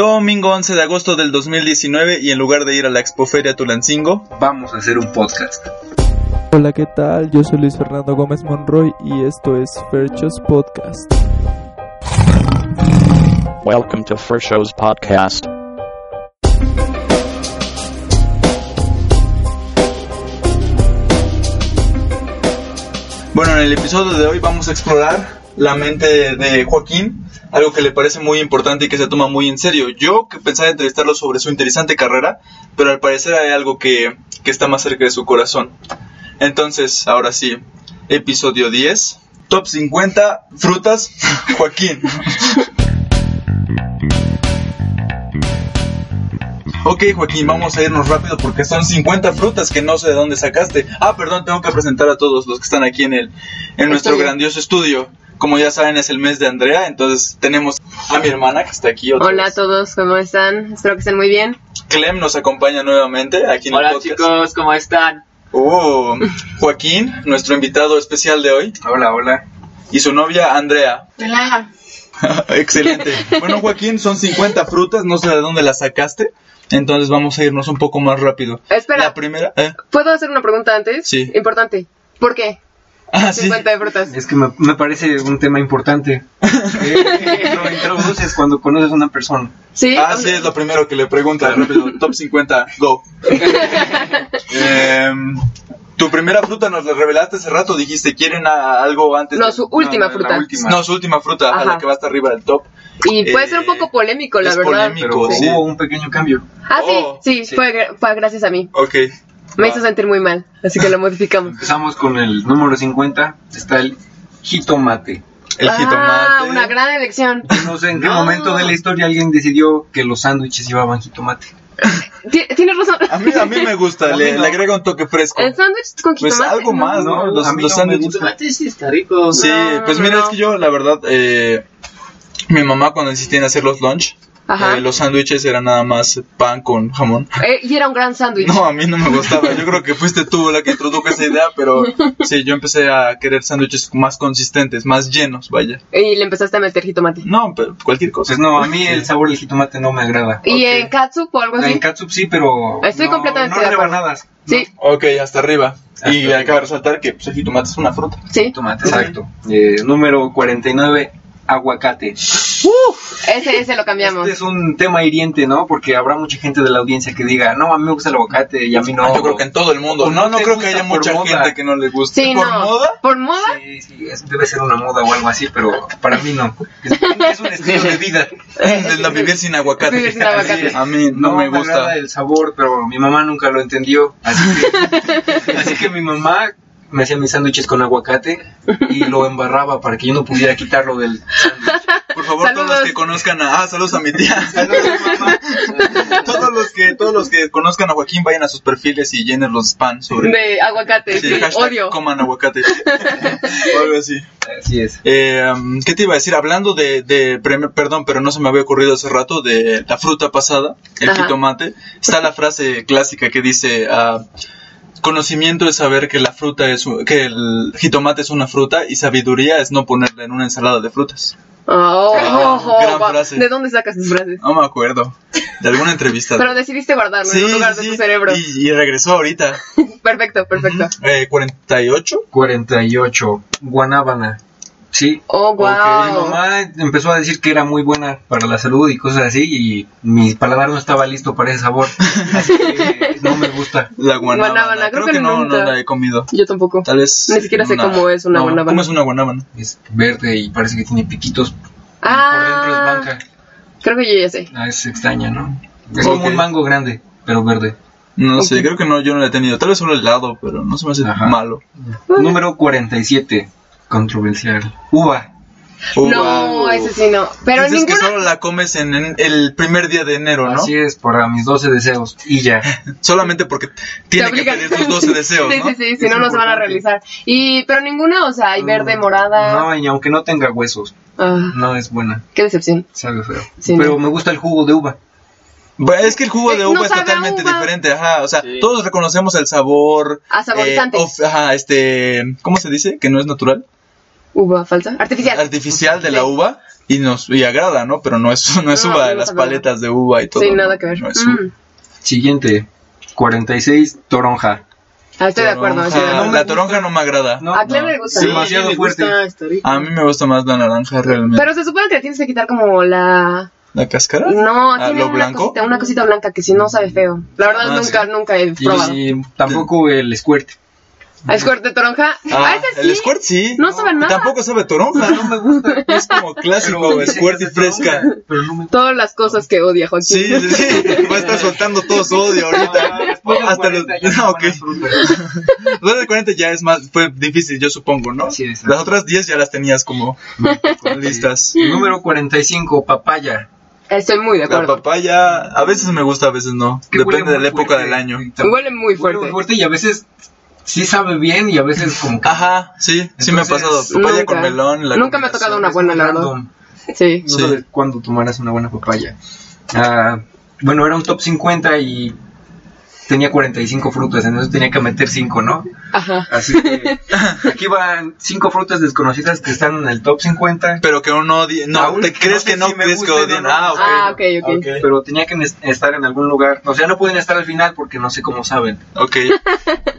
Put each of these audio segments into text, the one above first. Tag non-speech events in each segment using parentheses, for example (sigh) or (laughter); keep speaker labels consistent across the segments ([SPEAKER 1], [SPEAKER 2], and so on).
[SPEAKER 1] Domingo 11 de agosto del 2019 y en lugar de ir a la Expoferia Tulancingo,
[SPEAKER 2] vamos a hacer un podcast.
[SPEAKER 3] Hola, ¿qué tal? Yo soy Luis Fernando Gómez Monroy y esto es Ferchos Podcast.
[SPEAKER 4] Welcome to Fur Show's podcast.
[SPEAKER 1] Bueno, en el episodio de hoy vamos a explorar la mente de Joaquín, algo que le parece muy importante y que se toma muy en serio. Yo que pensaba entrevistarlo sobre su interesante carrera, pero al parecer hay algo que, que está más cerca de su corazón. Entonces, ahora sí, episodio 10, top 50 frutas, (laughs) Joaquín. Ok, Joaquín, vamos a irnos rápido porque son 50 frutas que no sé de dónde sacaste. Ah, perdón, tengo que presentar a todos los que están aquí en el en nuestro
[SPEAKER 5] bien.
[SPEAKER 1] grandioso estudio. Como ya saben, es el mes de Andrea, entonces tenemos a mi hermana que está aquí. otra
[SPEAKER 5] Hola a
[SPEAKER 1] vez.
[SPEAKER 5] todos, ¿cómo están? Espero que estén muy bien.
[SPEAKER 1] Clem nos acompaña nuevamente aquí en el
[SPEAKER 6] Hola
[SPEAKER 1] podcast.
[SPEAKER 6] chicos, ¿cómo están?
[SPEAKER 1] Oh, Joaquín, nuestro invitado especial de hoy,
[SPEAKER 2] Hola, hola.
[SPEAKER 1] y su novia Andrea. (laughs)
[SPEAKER 5] Hola.
[SPEAKER 1] Excelente. Bueno, Joaquín, son 50 frutas, no sé de dónde las sacaste, entonces vamos a irnos un poco más rápido.
[SPEAKER 5] Espera,
[SPEAKER 1] La primera, ¿eh?
[SPEAKER 5] ¿puedo hacer una pregunta antes?
[SPEAKER 1] Sí.
[SPEAKER 5] Importante. ¿Por qué?
[SPEAKER 1] Ah, sí.
[SPEAKER 5] 50 de frutas.
[SPEAKER 1] (laughs)
[SPEAKER 2] Es que me, me parece un tema (laughs) importante. Eh, Lo introduces cuando conoces a una persona.
[SPEAKER 5] ¿Sí?
[SPEAKER 1] Ah, sí, es lo primero que le pregunta. Rápido, top 50, go. Em, tu primera fruta nos la revelaste hace rato, dijiste, ¿quieren a- algo antes?
[SPEAKER 5] No,
[SPEAKER 1] de-
[SPEAKER 5] su última
[SPEAKER 2] No, no, la
[SPEAKER 5] fruta.
[SPEAKER 2] última.
[SPEAKER 1] No, su última fruta, a la
[SPEAKER 5] Ajá.
[SPEAKER 1] que va hasta arriba del top.
[SPEAKER 5] Y puede
[SPEAKER 1] Eh,
[SPEAKER 5] ser un poco polémico, la
[SPEAKER 1] es
[SPEAKER 5] verdad.
[SPEAKER 1] polémico.
[SPEAKER 2] Pero
[SPEAKER 1] Sí.
[SPEAKER 2] hubo un pequeño cambio.
[SPEAKER 5] Ah, sí,
[SPEAKER 1] Oh,
[SPEAKER 5] sí,
[SPEAKER 1] sí.
[SPEAKER 5] Fue, gra- fue gracias a mí.
[SPEAKER 1] Ok.
[SPEAKER 5] Me
[SPEAKER 1] Ah.
[SPEAKER 5] hizo sentir muy mal, así
[SPEAKER 1] (laughs)
[SPEAKER 5] que lo modificamos.
[SPEAKER 2] Empezamos con el número 50. Está el jitomate.
[SPEAKER 1] El
[SPEAKER 5] Ah,
[SPEAKER 1] jitomate.
[SPEAKER 5] una gran elección.
[SPEAKER 2] No sé en qué
[SPEAKER 5] No.
[SPEAKER 2] momento de la historia alguien decidió que los sándwiches llevaban jitomate.
[SPEAKER 5] Ti- Tienes razón.
[SPEAKER 1] A mí, (laughs) a mí me gusta,
[SPEAKER 2] A
[SPEAKER 1] le,
[SPEAKER 2] mí no.
[SPEAKER 1] le agrega un toque fresco.
[SPEAKER 5] (laughs) El sándwich con
[SPEAKER 1] Pues
[SPEAKER 5] jitomate.
[SPEAKER 1] algo
[SPEAKER 5] no.
[SPEAKER 1] más, ¿no?
[SPEAKER 2] No,
[SPEAKER 1] Los,
[SPEAKER 2] a mí
[SPEAKER 1] los
[SPEAKER 2] no me
[SPEAKER 1] sándwiches.
[SPEAKER 2] gusta.
[SPEAKER 6] Tomate sí está rico.
[SPEAKER 1] Sí,
[SPEAKER 5] No,
[SPEAKER 1] pues mira,
[SPEAKER 5] no.
[SPEAKER 1] es que yo, la verdad, eh, mi mamá cuando insistía en hacer los lunch,
[SPEAKER 5] Ajá.
[SPEAKER 1] eh, los sándwiches eran nada más pan con jamón.
[SPEAKER 5] Eh, y era un gran sándwich.
[SPEAKER 1] No, a mí no me gustaba. Yo creo que fuiste tú la que introdujo esa idea,
[SPEAKER 5] (laughs)
[SPEAKER 1] pero sí, yo empecé a querer sándwiches más consistentes, más llenos, vaya.
[SPEAKER 5] Y le empezaste a meter jitomate.
[SPEAKER 1] No, pero cualquier cosa.
[SPEAKER 2] Entonces, Pues no, a mí el sabor del jitomate no me agrada.
[SPEAKER 5] Y
[SPEAKER 1] Ok.
[SPEAKER 5] en katsup o algo así.
[SPEAKER 2] En catsup sí, pero.
[SPEAKER 5] Pues Estoy
[SPEAKER 2] no,
[SPEAKER 5] completamente
[SPEAKER 2] No
[SPEAKER 5] de acuerdo.
[SPEAKER 2] rebanadas.
[SPEAKER 5] Sí,
[SPEAKER 1] Ok, hasta arriba. y
[SPEAKER 2] Hasta
[SPEAKER 1] acaba de resaltar que pues, el jitomate es una fruta.
[SPEAKER 5] sí.
[SPEAKER 2] Jitomate, exacto. Eh, número 49. Aguacate.
[SPEAKER 5] Ese, ese lo cambiamos.
[SPEAKER 2] Este es un tema hiriente, ¿no? Porque habrá mucha gente de la audiencia que diga, no, a mí me gusta el aguacate y a mí no.
[SPEAKER 1] Ah, Yo creo que en todo el mundo.
[SPEAKER 2] ¿O
[SPEAKER 1] Pues No,
[SPEAKER 2] no
[SPEAKER 1] no
[SPEAKER 2] te
[SPEAKER 1] creo que
[SPEAKER 2] gusta
[SPEAKER 1] haya
[SPEAKER 2] por
[SPEAKER 1] mucha
[SPEAKER 2] moda?
[SPEAKER 1] gente que no le guste.
[SPEAKER 5] Sí,
[SPEAKER 1] ¿Por
[SPEAKER 5] no.
[SPEAKER 1] moda?
[SPEAKER 5] ¿Por moda?
[SPEAKER 2] Sí, sí, es- debe ser una moda o algo así, pero para mí no. Es, es un estilo de vida.
[SPEAKER 1] De la vivir sin aguacate.
[SPEAKER 5] Vivir sin aguacate.
[SPEAKER 1] A mí (laughs) no, me gusta.
[SPEAKER 2] agrada el sabor, pero mi mamá nunca lo entendió. Así
[SPEAKER 1] (laughs)
[SPEAKER 2] que, así que mi mamá me hacía mis sándwiches con aguacate y lo embarraba para que yo no pudiera quitarlo
[SPEAKER 1] (laughs)
[SPEAKER 2] del...
[SPEAKER 1] Por favor, todos los
[SPEAKER 5] Saludos.
[SPEAKER 1] que conozcan a... Ah, saludos a mi
[SPEAKER 5] (laughs)
[SPEAKER 1] tía. todos los que todos los que conozcan a Joaquín vayan a sus perfiles y llenen los spam sobre
[SPEAKER 5] De aguacate.
[SPEAKER 1] Sí,
[SPEAKER 5] Sí,
[SPEAKER 1] hashtag
[SPEAKER 5] odio.
[SPEAKER 1] coman aguacate (laughs) o algo así.
[SPEAKER 2] Así es.
[SPEAKER 1] Eh, um, ¿Qué te iba a decir? Hablando de, de prem- perdón, pero no se me había ocurrido hace rato de la fruta pasada, el
[SPEAKER 5] Ajá.
[SPEAKER 1] jitomate. Está la frase clásica que dice ah, conocimiento es saber que la fruta es u- que el jitomate es una fruta y sabiduría es no ponerla en una ensalada de frutas.
[SPEAKER 5] Oh,
[SPEAKER 1] Ah,
[SPEAKER 5] oh,
[SPEAKER 1] gran
[SPEAKER 5] wow.
[SPEAKER 1] frase.
[SPEAKER 5] ¿De dónde sacas tus frases?
[SPEAKER 1] No me acuerdo de alguna entrevista.
[SPEAKER 5] (laughs) Pero decidiste guardarlo en un lugar de
[SPEAKER 1] sí,
[SPEAKER 5] tu cerebro.
[SPEAKER 1] Y, y regresó ahorita.
[SPEAKER 5] Perfecto, perfecto.
[SPEAKER 1] Eh, 48.
[SPEAKER 2] 48. Guanábana. Sí,
[SPEAKER 5] Oh,
[SPEAKER 2] Porque mi
[SPEAKER 5] wow.
[SPEAKER 2] mamá empezó a decir que era muy buena para la salud y cosas así, y mi paladar no estaba listo para ese
[SPEAKER 5] (laughs)
[SPEAKER 2] sabor. Así que no me gusta.
[SPEAKER 1] La guanábana.
[SPEAKER 5] Guanábana,
[SPEAKER 1] creo, que, no, no
[SPEAKER 5] nunca.
[SPEAKER 1] la he comido.
[SPEAKER 5] Yo tampoco.
[SPEAKER 1] Tal vez.
[SPEAKER 5] Ni siquiera sé cómo es una
[SPEAKER 1] no,
[SPEAKER 5] guanábana.
[SPEAKER 1] ¿Cómo es una guanábana?
[SPEAKER 2] Es verde y parece que tiene piquitos. y
[SPEAKER 5] Ah,
[SPEAKER 2] por dentro es blanca.
[SPEAKER 5] creo que yo ya sé.
[SPEAKER 2] Ah, es extraña, ¿no? Es
[SPEAKER 1] Ok.
[SPEAKER 2] como un mango grande, pero verde.
[SPEAKER 1] No
[SPEAKER 5] Ok.
[SPEAKER 1] sé, creo que no, yo no la he tenido. Tal vez solo helado, pero no se me hace
[SPEAKER 2] Ajá.
[SPEAKER 1] malo.
[SPEAKER 2] Número 47. Controversial. Uva.
[SPEAKER 5] No,
[SPEAKER 1] Uva.
[SPEAKER 5] ese sí no. Pero
[SPEAKER 1] Oh, Dices
[SPEAKER 5] ninguna.
[SPEAKER 1] que solo la comes en, en el primer día de enero, ¿no?
[SPEAKER 2] Así es, para mis 12 deseos. Y ya.
[SPEAKER 1] Solamente porque tiene que
[SPEAKER 5] obligan.
[SPEAKER 1] pedir tus 12 deseos,
[SPEAKER 5] sí,
[SPEAKER 1] ¿no?
[SPEAKER 5] sí, sí, si
[SPEAKER 2] Es
[SPEAKER 5] no, no se van a
[SPEAKER 2] importante.
[SPEAKER 5] realizar. Y, pero ninguna, o sea, hay verde,
[SPEAKER 2] Mm,
[SPEAKER 5] morada.
[SPEAKER 2] No, y aunque no tenga huesos,
[SPEAKER 5] Ah,
[SPEAKER 2] no es buena.
[SPEAKER 5] qué decepción.
[SPEAKER 2] Sabe feo.
[SPEAKER 5] Sí,
[SPEAKER 2] pero me gusta el jugo de uva.
[SPEAKER 1] Bueno, Es que el jugo
[SPEAKER 5] Eh,
[SPEAKER 1] de
[SPEAKER 5] no
[SPEAKER 1] uva es
[SPEAKER 5] sabe a
[SPEAKER 1] totalmente
[SPEAKER 5] uva.
[SPEAKER 1] diferente, ajá. O sea,
[SPEAKER 6] Sí.
[SPEAKER 1] todos reconocemos el sabor.
[SPEAKER 5] A saborizante.
[SPEAKER 1] eh, of- ajá, este. ¿Cómo se dice? Que no es natural.
[SPEAKER 5] Uva falsa. Artificial.
[SPEAKER 1] Artificial de la
[SPEAKER 5] Sí.
[SPEAKER 1] uva. y nos y agrada, ¿no? Pero no es, (laughs) no es
[SPEAKER 5] No,
[SPEAKER 1] uva,
[SPEAKER 5] no
[SPEAKER 1] las
[SPEAKER 5] sabe.
[SPEAKER 1] paletas de uva y todo.
[SPEAKER 5] Sin
[SPEAKER 1] ¿no?
[SPEAKER 5] nada que ver.
[SPEAKER 1] No es
[SPEAKER 5] Mm.
[SPEAKER 1] uva.
[SPEAKER 2] Siguiente, 46, toronja.
[SPEAKER 5] Ah, estoy de acuerdo. estoy de
[SPEAKER 1] Toronja,
[SPEAKER 5] acuerdo.
[SPEAKER 1] la toronja no me agrada.
[SPEAKER 2] No,
[SPEAKER 5] a Clem
[SPEAKER 2] no.
[SPEAKER 5] le gusta.
[SPEAKER 1] Sí,
[SPEAKER 2] demasiado
[SPEAKER 6] me
[SPEAKER 2] fuerte.
[SPEAKER 6] gusta, está rico.
[SPEAKER 1] A mí me gusta más la naranja realmente.
[SPEAKER 5] Pero se supone que le tienes que quitar como la...
[SPEAKER 1] ¿La cáscara?
[SPEAKER 5] No,
[SPEAKER 1] Ah,
[SPEAKER 5] tiene
[SPEAKER 1] ¿lo
[SPEAKER 5] una,
[SPEAKER 1] blanco?
[SPEAKER 5] Cosita, una cosita blanca que si no sabe feo. La verdad
[SPEAKER 1] Ah,
[SPEAKER 5] nunca,
[SPEAKER 1] sí.
[SPEAKER 5] nunca he probado.
[SPEAKER 2] Y tampoco el squirt.
[SPEAKER 5] ¿Al squirt de toronja?
[SPEAKER 1] Ah,
[SPEAKER 5] ah, ese sí.
[SPEAKER 1] el squirt sí.
[SPEAKER 5] No sabe nada.
[SPEAKER 1] Tampoco sabe a toronja, no me gusta. Es Ah, como clásico,
[SPEAKER 2] Pero-
[SPEAKER 1] squirt y fresca.
[SPEAKER 2] Pero no me
[SPEAKER 5] Todas las cosas que odia Joaquín.
[SPEAKER 1] Sí, sí, sí, va a estar soltando todo su odio
[SPEAKER 2] Ah,
[SPEAKER 1] ahorita. Hasta los. Ah, ok. Después de 40 ya es más, fue difícil, yo supongo, ¿no?
[SPEAKER 2] Sí, exacto.
[SPEAKER 1] Las otras 10 ya las tenías como (laughs) listas.
[SPEAKER 2] Número 45, papaya.
[SPEAKER 5] (laughs) Estoy muy de
[SPEAKER 1] La
[SPEAKER 5] acuerdo.
[SPEAKER 1] papaya, a veces me gusta, a veces no.
[SPEAKER 2] Que huele
[SPEAKER 1] Depende de
[SPEAKER 2] muy
[SPEAKER 1] la época
[SPEAKER 2] fuerte.
[SPEAKER 1] del año.
[SPEAKER 5] Huele muy
[SPEAKER 2] Huele
[SPEAKER 5] fuerte.
[SPEAKER 2] muy fuerte y a veces sí sabe bien y a veces como (laughs) que...
[SPEAKER 1] Ajá, sí, sí me ha
[SPEAKER 2] Entonces,
[SPEAKER 1] pasado. Papaya
[SPEAKER 5] nunca.
[SPEAKER 1] con melón. La
[SPEAKER 5] Nunca me ha tocado una buena, la verdad.
[SPEAKER 2] Random.
[SPEAKER 5] Sí.
[SPEAKER 2] No
[SPEAKER 1] Sí.
[SPEAKER 2] sabes cuándo tomarás una buena papaya. Ah, bueno, era un top 50 y tenía 45 frutas, entonces tenía que meter 5, ¿no?
[SPEAKER 5] Ajá.
[SPEAKER 2] Así (laughs) que aquí van 5 frutas desconocidas que están en el top 50,
[SPEAKER 1] Pero que uno odie. No,
[SPEAKER 2] Aún
[SPEAKER 1] ¿te
[SPEAKER 2] que
[SPEAKER 1] crees
[SPEAKER 2] no sé
[SPEAKER 1] que no
[SPEAKER 2] si me
[SPEAKER 1] crees que
[SPEAKER 2] gusten o
[SPEAKER 1] odien?
[SPEAKER 2] no.
[SPEAKER 1] Ah, ok.
[SPEAKER 5] Ah, ok, ok.
[SPEAKER 2] pero tenía que nes- estar en algún lugar. O sea, no pueden estar al final porque no sé cómo saben.
[SPEAKER 1] Ok,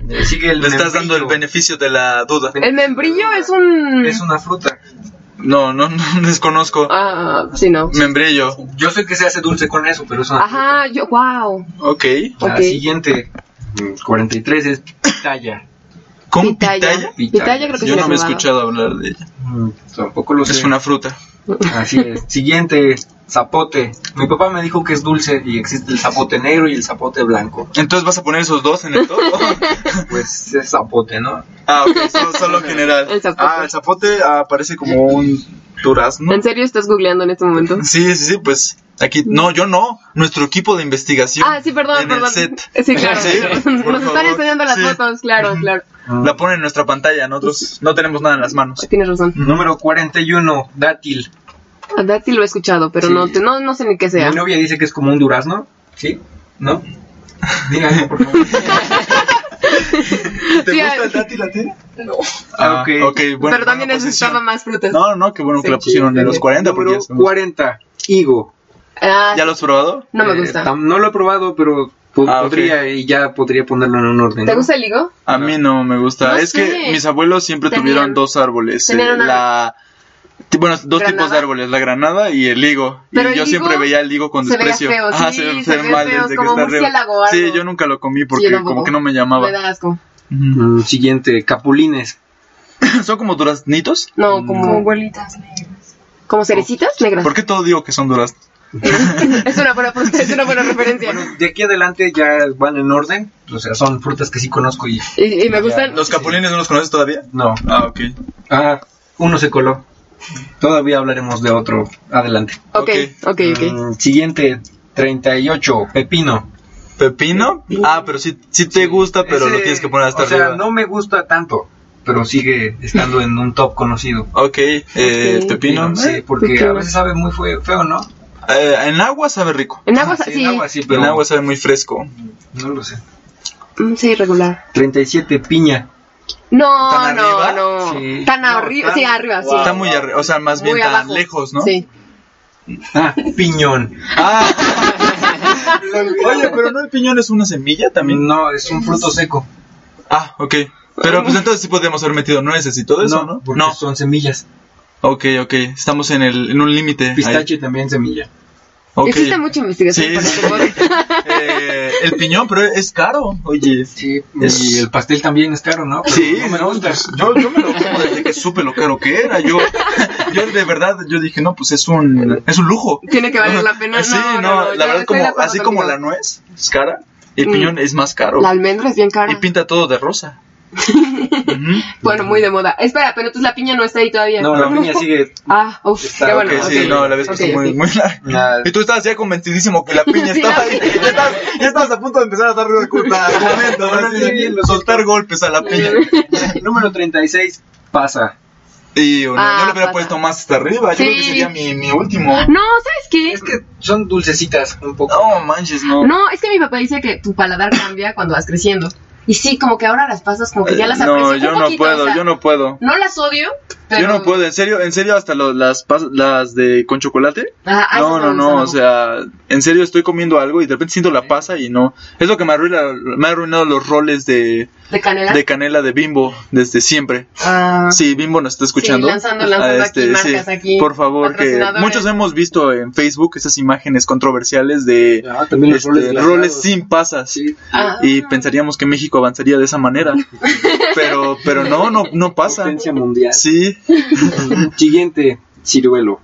[SPEAKER 2] Eh, Sigue
[SPEAKER 1] (laughs)
[SPEAKER 2] el
[SPEAKER 1] le estás
[SPEAKER 2] membrillo.
[SPEAKER 1] dando el beneficio de la duda.
[SPEAKER 5] El membrillo es un...
[SPEAKER 2] Es una fruta.
[SPEAKER 1] No, no, (laughs) no desconozco.
[SPEAKER 5] Ah, sí, no.
[SPEAKER 1] Membrillo.
[SPEAKER 2] Yo sé que se hace dulce con eso, pero es una fruta.
[SPEAKER 5] Ajá, yo... Wow.
[SPEAKER 1] Ok.
[SPEAKER 2] La
[SPEAKER 5] ok.
[SPEAKER 2] siguiente, mm, 43, es pitaya.
[SPEAKER 1] ¿Con
[SPEAKER 5] Pitaya.
[SPEAKER 1] pitaya?
[SPEAKER 2] Pitaya.
[SPEAKER 5] Pitaya creo que
[SPEAKER 1] Yo
[SPEAKER 5] sí la
[SPEAKER 1] no me he
[SPEAKER 5] probado.
[SPEAKER 1] escuchado hablar de ella.
[SPEAKER 2] Mm, Tampoco lo sé.
[SPEAKER 1] Es una fruta.
[SPEAKER 2] Así es. Siguiente, zapote. Mi papá me dijo que es dulce y existe el zapote negro y el zapote blanco.
[SPEAKER 1] Entonces vas a poner esos dos en
[SPEAKER 5] (laughs)
[SPEAKER 1] el top.
[SPEAKER 2] Pues es zapote, ¿no?
[SPEAKER 1] ah, ok, solo, solo general.
[SPEAKER 5] El zapote.
[SPEAKER 1] Ah, el zapote ah, parece como un durazno.
[SPEAKER 5] ¿En serio estás googleando en este momento?
[SPEAKER 1] Sí, sí, sí, pues aquí, no, yo no, nuestro equipo de investigación.
[SPEAKER 5] Ah, sí, perdón,
[SPEAKER 1] en
[SPEAKER 5] perdón.
[SPEAKER 1] El set.
[SPEAKER 5] Sí, claro.
[SPEAKER 1] Sí, por
[SPEAKER 5] Nos
[SPEAKER 1] favor.
[SPEAKER 5] están enseñando las
[SPEAKER 1] Sí.
[SPEAKER 5] fotos, claro, claro.
[SPEAKER 1] La ponen en nuestra pantalla, nosotros no tenemos nada en las manos.
[SPEAKER 5] Tienes razón.
[SPEAKER 2] Número 41, dátil.
[SPEAKER 5] A Dati lo he escuchado, pero
[SPEAKER 2] Sí.
[SPEAKER 5] no, te- no, no sé ni qué sea.
[SPEAKER 2] Mi novia dice que es como un durazno. ¿Sí? ¿No? Díganme, por favor.
[SPEAKER 1] ¿Te
[SPEAKER 5] (laughs) Sí,
[SPEAKER 1] gusta
[SPEAKER 5] ah,
[SPEAKER 1] el dátil a ti?
[SPEAKER 5] no.
[SPEAKER 1] Ah,
[SPEAKER 2] Ok.
[SPEAKER 1] ok, bueno.
[SPEAKER 5] pero también
[SPEAKER 1] buena
[SPEAKER 5] necesitaba
[SPEAKER 1] posición.
[SPEAKER 5] más frutas.
[SPEAKER 1] No, no, qué bueno que
[SPEAKER 5] Sí,
[SPEAKER 1] la pusieron en los 40 porque ya
[SPEAKER 2] Número
[SPEAKER 1] estamos-
[SPEAKER 2] 40, higo.
[SPEAKER 5] Ah,
[SPEAKER 1] ¿Ya lo has probado?
[SPEAKER 5] no me
[SPEAKER 2] Eh,
[SPEAKER 5] gusta.
[SPEAKER 2] tam- no lo he probado, pero po-
[SPEAKER 1] Ah, ok.
[SPEAKER 2] podría y ya podría ponerlo en un orden.
[SPEAKER 5] ¿Te
[SPEAKER 2] ¿no?
[SPEAKER 5] gusta el higo?
[SPEAKER 1] A mí no me gusta.
[SPEAKER 5] No
[SPEAKER 1] es
[SPEAKER 5] sé.
[SPEAKER 1] que mis abuelos siempre
[SPEAKER 5] Tenían-
[SPEAKER 1] tuvieron dos árboles. eh,
[SPEAKER 5] tenían una-
[SPEAKER 1] la ti- bueno, dos
[SPEAKER 5] Granada.
[SPEAKER 1] tipos de árboles, la granada y el higo.
[SPEAKER 5] Pero
[SPEAKER 1] y
[SPEAKER 5] el
[SPEAKER 1] yo
[SPEAKER 5] higo
[SPEAKER 1] siempre veía el higo con
[SPEAKER 5] se veía
[SPEAKER 1] desprecio.
[SPEAKER 5] feo,
[SPEAKER 1] Ah,
[SPEAKER 5] sí,
[SPEAKER 1] se ve
[SPEAKER 5] se ve
[SPEAKER 1] mal
[SPEAKER 5] feo,
[SPEAKER 1] desde que
[SPEAKER 5] como
[SPEAKER 1] está re-
[SPEAKER 5] murciélago o
[SPEAKER 1] Sí,
[SPEAKER 5] algo.
[SPEAKER 1] yo nunca lo comí
[SPEAKER 5] yo
[SPEAKER 1] porque
[SPEAKER 5] tampoco.
[SPEAKER 1] como que no me
[SPEAKER 5] Me
[SPEAKER 1] llamaba.
[SPEAKER 5] da asco.
[SPEAKER 1] Ujú. (laughs)
[SPEAKER 2] Mm, Siguiente, capulines.
[SPEAKER 1] ¿Son como duraznitos?
[SPEAKER 5] No, como... Como bolitas negras. ¿Como cerecitas negras?
[SPEAKER 1] ¿Por qué todo digo que son duraznos?
[SPEAKER 5] (laughs) es, una buena, fruta, es
[SPEAKER 1] (laughs)
[SPEAKER 5] una buena referencia.
[SPEAKER 2] De aquí adelante ya van en orden. O sea, son frutas que sí conozco y
[SPEAKER 5] y, y me gustan...
[SPEAKER 1] ¿Los capulines no los conoces todavía?
[SPEAKER 2] no.
[SPEAKER 1] Ah, ok.
[SPEAKER 2] Ah, uno se coló. Todavía hablaremos de otro. Adelante.
[SPEAKER 5] Ok, ok, ok.
[SPEAKER 2] Mm, siguiente, 38, pepino.
[SPEAKER 1] ¿Pepino? Ah, pero sí, sí te gusta, pero
[SPEAKER 2] Ese,
[SPEAKER 1] lo tienes que poner hasta
[SPEAKER 2] o sea,
[SPEAKER 1] arriba.
[SPEAKER 2] no me gusta tanto, pero sigue estando en un top conocido.
[SPEAKER 1] Ok, eh,
[SPEAKER 5] Ok.
[SPEAKER 1] pepino.
[SPEAKER 2] Sí,
[SPEAKER 1] eh,
[SPEAKER 2] porque
[SPEAKER 5] Pepino.
[SPEAKER 2] a veces sabe muy fue- feo, ¿no?
[SPEAKER 1] eh, en agua sabe rico.
[SPEAKER 5] En agua,
[SPEAKER 2] Ah,
[SPEAKER 5] sí.
[SPEAKER 2] en agua sí, pero
[SPEAKER 1] En agua sabe muy fresco.
[SPEAKER 2] no lo sé.
[SPEAKER 5] Mm, Sí, regular.
[SPEAKER 2] 37, piña.
[SPEAKER 5] No,
[SPEAKER 1] ¿Tan
[SPEAKER 5] no,
[SPEAKER 1] arriba?
[SPEAKER 5] no.
[SPEAKER 2] Sí.
[SPEAKER 5] Tan
[SPEAKER 2] No,
[SPEAKER 5] arriba,
[SPEAKER 2] tan-
[SPEAKER 5] sí, arriba, Ah, sí.
[SPEAKER 1] Está muy arriba, o sea, más bien
[SPEAKER 5] Muy
[SPEAKER 1] tan
[SPEAKER 5] abajo.
[SPEAKER 1] lejos, ¿no?
[SPEAKER 5] Sí.
[SPEAKER 2] Ah, piñón. (laughs)
[SPEAKER 1] Ah, oye, pero no el piñón es una semilla también.
[SPEAKER 2] No, es un fruto seco.
[SPEAKER 1] Ah, ok. Pero pues entonces sí podríamos haber metido nueces y todo eso, ¿no?
[SPEAKER 2] porque son semillas.
[SPEAKER 1] Ok, ok. Estamos en, el, en un límite. ahí.
[SPEAKER 2] Pistache también semilla.
[SPEAKER 1] Ok.
[SPEAKER 5] Existe mucha investigación
[SPEAKER 1] Sí,
[SPEAKER 5] para
[SPEAKER 1] sí,
[SPEAKER 5] este podcast.
[SPEAKER 1] Eh, el piñón, pero es caro. Oye.
[SPEAKER 2] Sí,
[SPEAKER 1] Es-
[SPEAKER 2] y el pastel también es caro, ¿no? Pero
[SPEAKER 1] Sí,
[SPEAKER 2] no me gusta.
[SPEAKER 1] Yo, yo me lo como desde que supe lo caro que era. Yo, yo de verdad, yo dije, no, pues es un, es un lujo.
[SPEAKER 5] (laughs) Tiene que valer la pena.
[SPEAKER 1] Ah, Sí, no,
[SPEAKER 5] no, no,
[SPEAKER 1] la
[SPEAKER 5] no, yo
[SPEAKER 1] verdad,
[SPEAKER 5] estoy de
[SPEAKER 1] como,
[SPEAKER 5] acuerdo
[SPEAKER 1] así como la
[SPEAKER 5] contigo.
[SPEAKER 1] nuez es cara, el
[SPEAKER 5] Mm.
[SPEAKER 1] piñón es más caro.
[SPEAKER 5] La almendra es bien cara.
[SPEAKER 1] Y pinta todo de
[SPEAKER 5] (laughs)
[SPEAKER 1] rosa. Ujú.
[SPEAKER 5] Bueno, muy de moda. Espera, pero entonces la piña no está ahí todavía.
[SPEAKER 2] No, la piña sigue.
[SPEAKER 5] Ah, uff,
[SPEAKER 2] Está,
[SPEAKER 5] qué
[SPEAKER 1] Ok,
[SPEAKER 5] bueno.
[SPEAKER 2] ok.
[SPEAKER 1] sí, no, la vez
[SPEAKER 5] Ok,
[SPEAKER 1] que muy,
[SPEAKER 5] ok.
[SPEAKER 1] muy larga.
[SPEAKER 2] la-
[SPEAKER 1] Y tú estabas ya convencidísimo
[SPEAKER 5] (laughs)
[SPEAKER 1] que la piña
[SPEAKER 5] Sí,
[SPEAKER 1] estaba
[SPEAKER 5] la
[SPEAKER 1] ahí.
[SPEAKER 5] piña.
[SPEAKER 1] Ya estabas, ya estabas a punto de empezar a dar cuenta,
[SPEAKER 5] (laughs)
[SPEAKER 1] argumento,
[SPEAKER 2] No, no,
[SPEAKER 1] así,
[SPEAKER 2] está bien, lo
[SPEAKER 1] soltar golpes a la piña.
[SPEAKER 2] Número 36, pasa.
[SPEAKER 1] Y yo, no,
[SPEAKER 5] Ah,
[SPEAKER 1] yo le hubiera
[SPEAKER 5] pasa.
[SPEAKER 1] puesto más hasta arriba. Yo creo que
[SPEAKER 5] Sí.
[SPEAKER 1] sería mi, mi último.
[SPEAKER 5] No, ¿sabes qué?
[SPEAKER 2] Es que son dulcecitas un poco.
[SPEAKER 1] No manches, no.
[SPEAKER 5] No, es que mi papá dice que tu paladar cambia cuando vas creciendo. Y sí, como que ahora las pasas, como que ya las
[SPEAKER 1] Eh, no,
[SPEAKER 5] aprecio
[SPEAKER 1] yo
[SPEAKER 5] un
[SPEAKER 1] no
[SPEAKER 5] poquito,
[SPEAKER 1] puedo,
[SPEAKER 5] o sea,
[SPEAKER 1] yo no puedo.
[SPEAKER 5] No las odio,
[SPEAKER 1] Yo no puedo, en serio, en serio, hasta lo- las, pas- las de con chocolate.
[SPEAKER 5] Ah, ah,
[SPEAKER 1] no,
[SPEAKER 5] eso
[SPEAKER 1] no,
[SPEAKER 5] me
[SPEAKER 1] no,
[SPEAKER 5] gusta.
[SPEAKER 1] o sea, en serio estoy comiendo algo y de repente siento la pasa y no. Es lo que me, arruina, me ha arruinado los roles de,
[SPEAKER 5] ¿De canela?
[SPEAKER 1] de canela de bimbo desde siempre.
[SPEAKER 5] Ah,
[SPEAKER 1] Sí, Bimbo nos está escuchando.
[SPEAKER 5] Sí, lanzando, lanzando
[SPEAKER 1] Ah,
[SPEAKER 5] aquí marcas aquí,
[SPEAKER 1] Por favor, que
[SPEAKER 5] patrocinadores.
[SPEAKER 1] muchos hemos visto en Facebook esas imágenes controversiales de
[SPEAKER 2] Ah, también los
[SPEAKER 1] este,
[SPEAKER 2] roles
[SPEAKER 1] roles,
[SPEAKER 2] glaseados.
[SPEAKER 1] sin pasas.
[SPEAKER 5] Ah.
[SPEAKER 1] Y pensaríamos que México avanzaría de esa
[SPEAKER 5] (laughs)
[SPEAKER 1] manera. pero, pero no, no, no pasa.
[SPEAKER 2] Potencia mundial.
[SPEAKER 1] Sí,
[SPEAKER 2] Siguiente, ciruelo.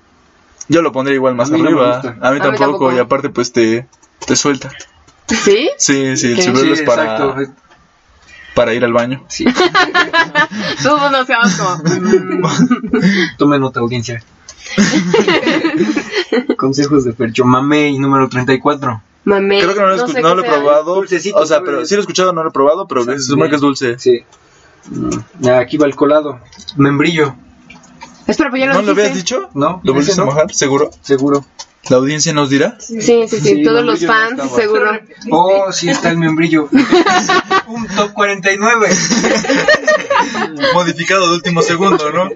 [SPEAKER 1] yo lo pondría igual más
[SPEAKER 2] A mí no me
[SPEAKER 1] arriba.
[SPEAKER 2] gusta.
[SPEAKER 1] a mí tampoco,
[SPEAKER 5] tampoco.
[SPEAKER 1] y aparte pues te, te suelta.
[SPEAKER 5] ¿Sí?
[SPEAKER 1] Sí, sí, el
[SPEAKER 5] Ok.
[SPEAKER 1] cerebro es para,
[SPEAKER 2] exacto.
[SPEAKER 1] para ir al baño.
[SPEAKER 2] Sí.
[SPEAKER 5] Todos nos quedamos como... mm,
[SPEAKER 2] Tome nota, audiencia. Consejos de Fercho Mamey, número 34.
[SPEAKER 5] Mamé.
[SPEAKER 1] Creo que no lo, he escu-
[SPEAKER 5] Eh, sé
[SPEAKER 1] no
[SPEAKER 5] qué
[SPEAKER 1] lo he
[SPEAKER 5] sea.
[SPEAKER 1] probado.
[SPEAKER 2] Dulcecito,
[SPEAKER 1] o sea,
[SPEAKER 2] sabe.
[SPEAKER 1] pero sí lo he escuchado, no lo he probado, pero
[SPEAKER 2] Sabe
[SPEAKER 1] se supone que es dulce.
[SPEAKER 2] Sí. Mm, Aquí va el colado. Membrillo,
[SPEAKER 5] Espera, pues ya lo
[SPEAKER 1] ¿No lo habías
[SPEAKER 5] dijiste.
[SPEAKER 1] dicho?
[SPEAKER 2] ¿no?
[SPEAKER 1] ¿Lo volviste
[SPEAKER 2] Ese
[SPEAKER 1] a
[SPEAKER 2] no,
[SPEAKER 1] mojar? ¿Seguro?
[SPEAKER 2] Seguro.
[SPEAKER 1] ¿La audiencia nos dirá?
[SPEAKER 5] Sí, sí, sí.
[SPEAKER 2] Sí,
[SPEAKER 5] Todos
[SPEAKER 2] mamá,
[SPEAKER 5] los
[SPEAKER 2] yo no
[SPEAKER 5] fans,
[SPEAKER 2] estaba.
[SPEAKER 5] seguro.
[SPEAKER 2] Oh, sí está el membrillo. Un top 49.
[SPEAKER 1] Modificado de último segundo, ¿no?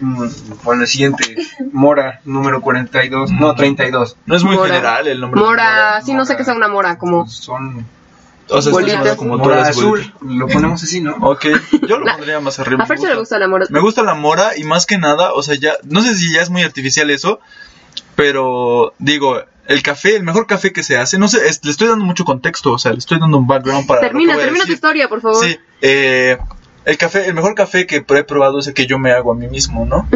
[SPEAKER 2] Mm, Bueno, el siguiente. Mora, número 42. No, 32.
[SPEAKER 1] No es muy
[SPEAKER 5] Mora.
[SPEAKER 1] general el nombre.
[SPEAKER 5] Mora, sí, no sé
[SPEAKER 2] mora.
[SPEAKER 5] qué sea una mora, como...
[SPEAKER 2] Son
[SPEAKER 1] O sea,
[SPEAKER 5] Bolitas.
[SPEAKER 1] está como todas
[SPEAKER 2] mora
[SPEAKER 1] las
[SPEAKER 2] azul. Lo ponemos así, ¿no?
[SPEAKER 1] bolitas. Ok, yo lo pondría más arriba.
[SPEAKER 5] A Fercho le gusta la mora.
[SPEAKER 1] Me gusta la mora y más que nada, o sea, ya, no sé si ya es muy artificial eso, pero digo, el café, el mejor café que se hace, no sé, es- le estoy dando mucho contexto, o sea, le estoy dando un background para... lo que
[SPEAKER 5] Termina,
[SPEAKER 1] voy a
[SPEAKER 5] termina tu
[SPEAKER 1] decir.
[SPEAKER 5] historia, por favor.
[SPEAKER 1] Sí, eh, el café, el mejor café que he probado es el que yo me hago a mí mismo,
[SPEAKER 5] (laughs)
[SPEAKER 1] ¿no?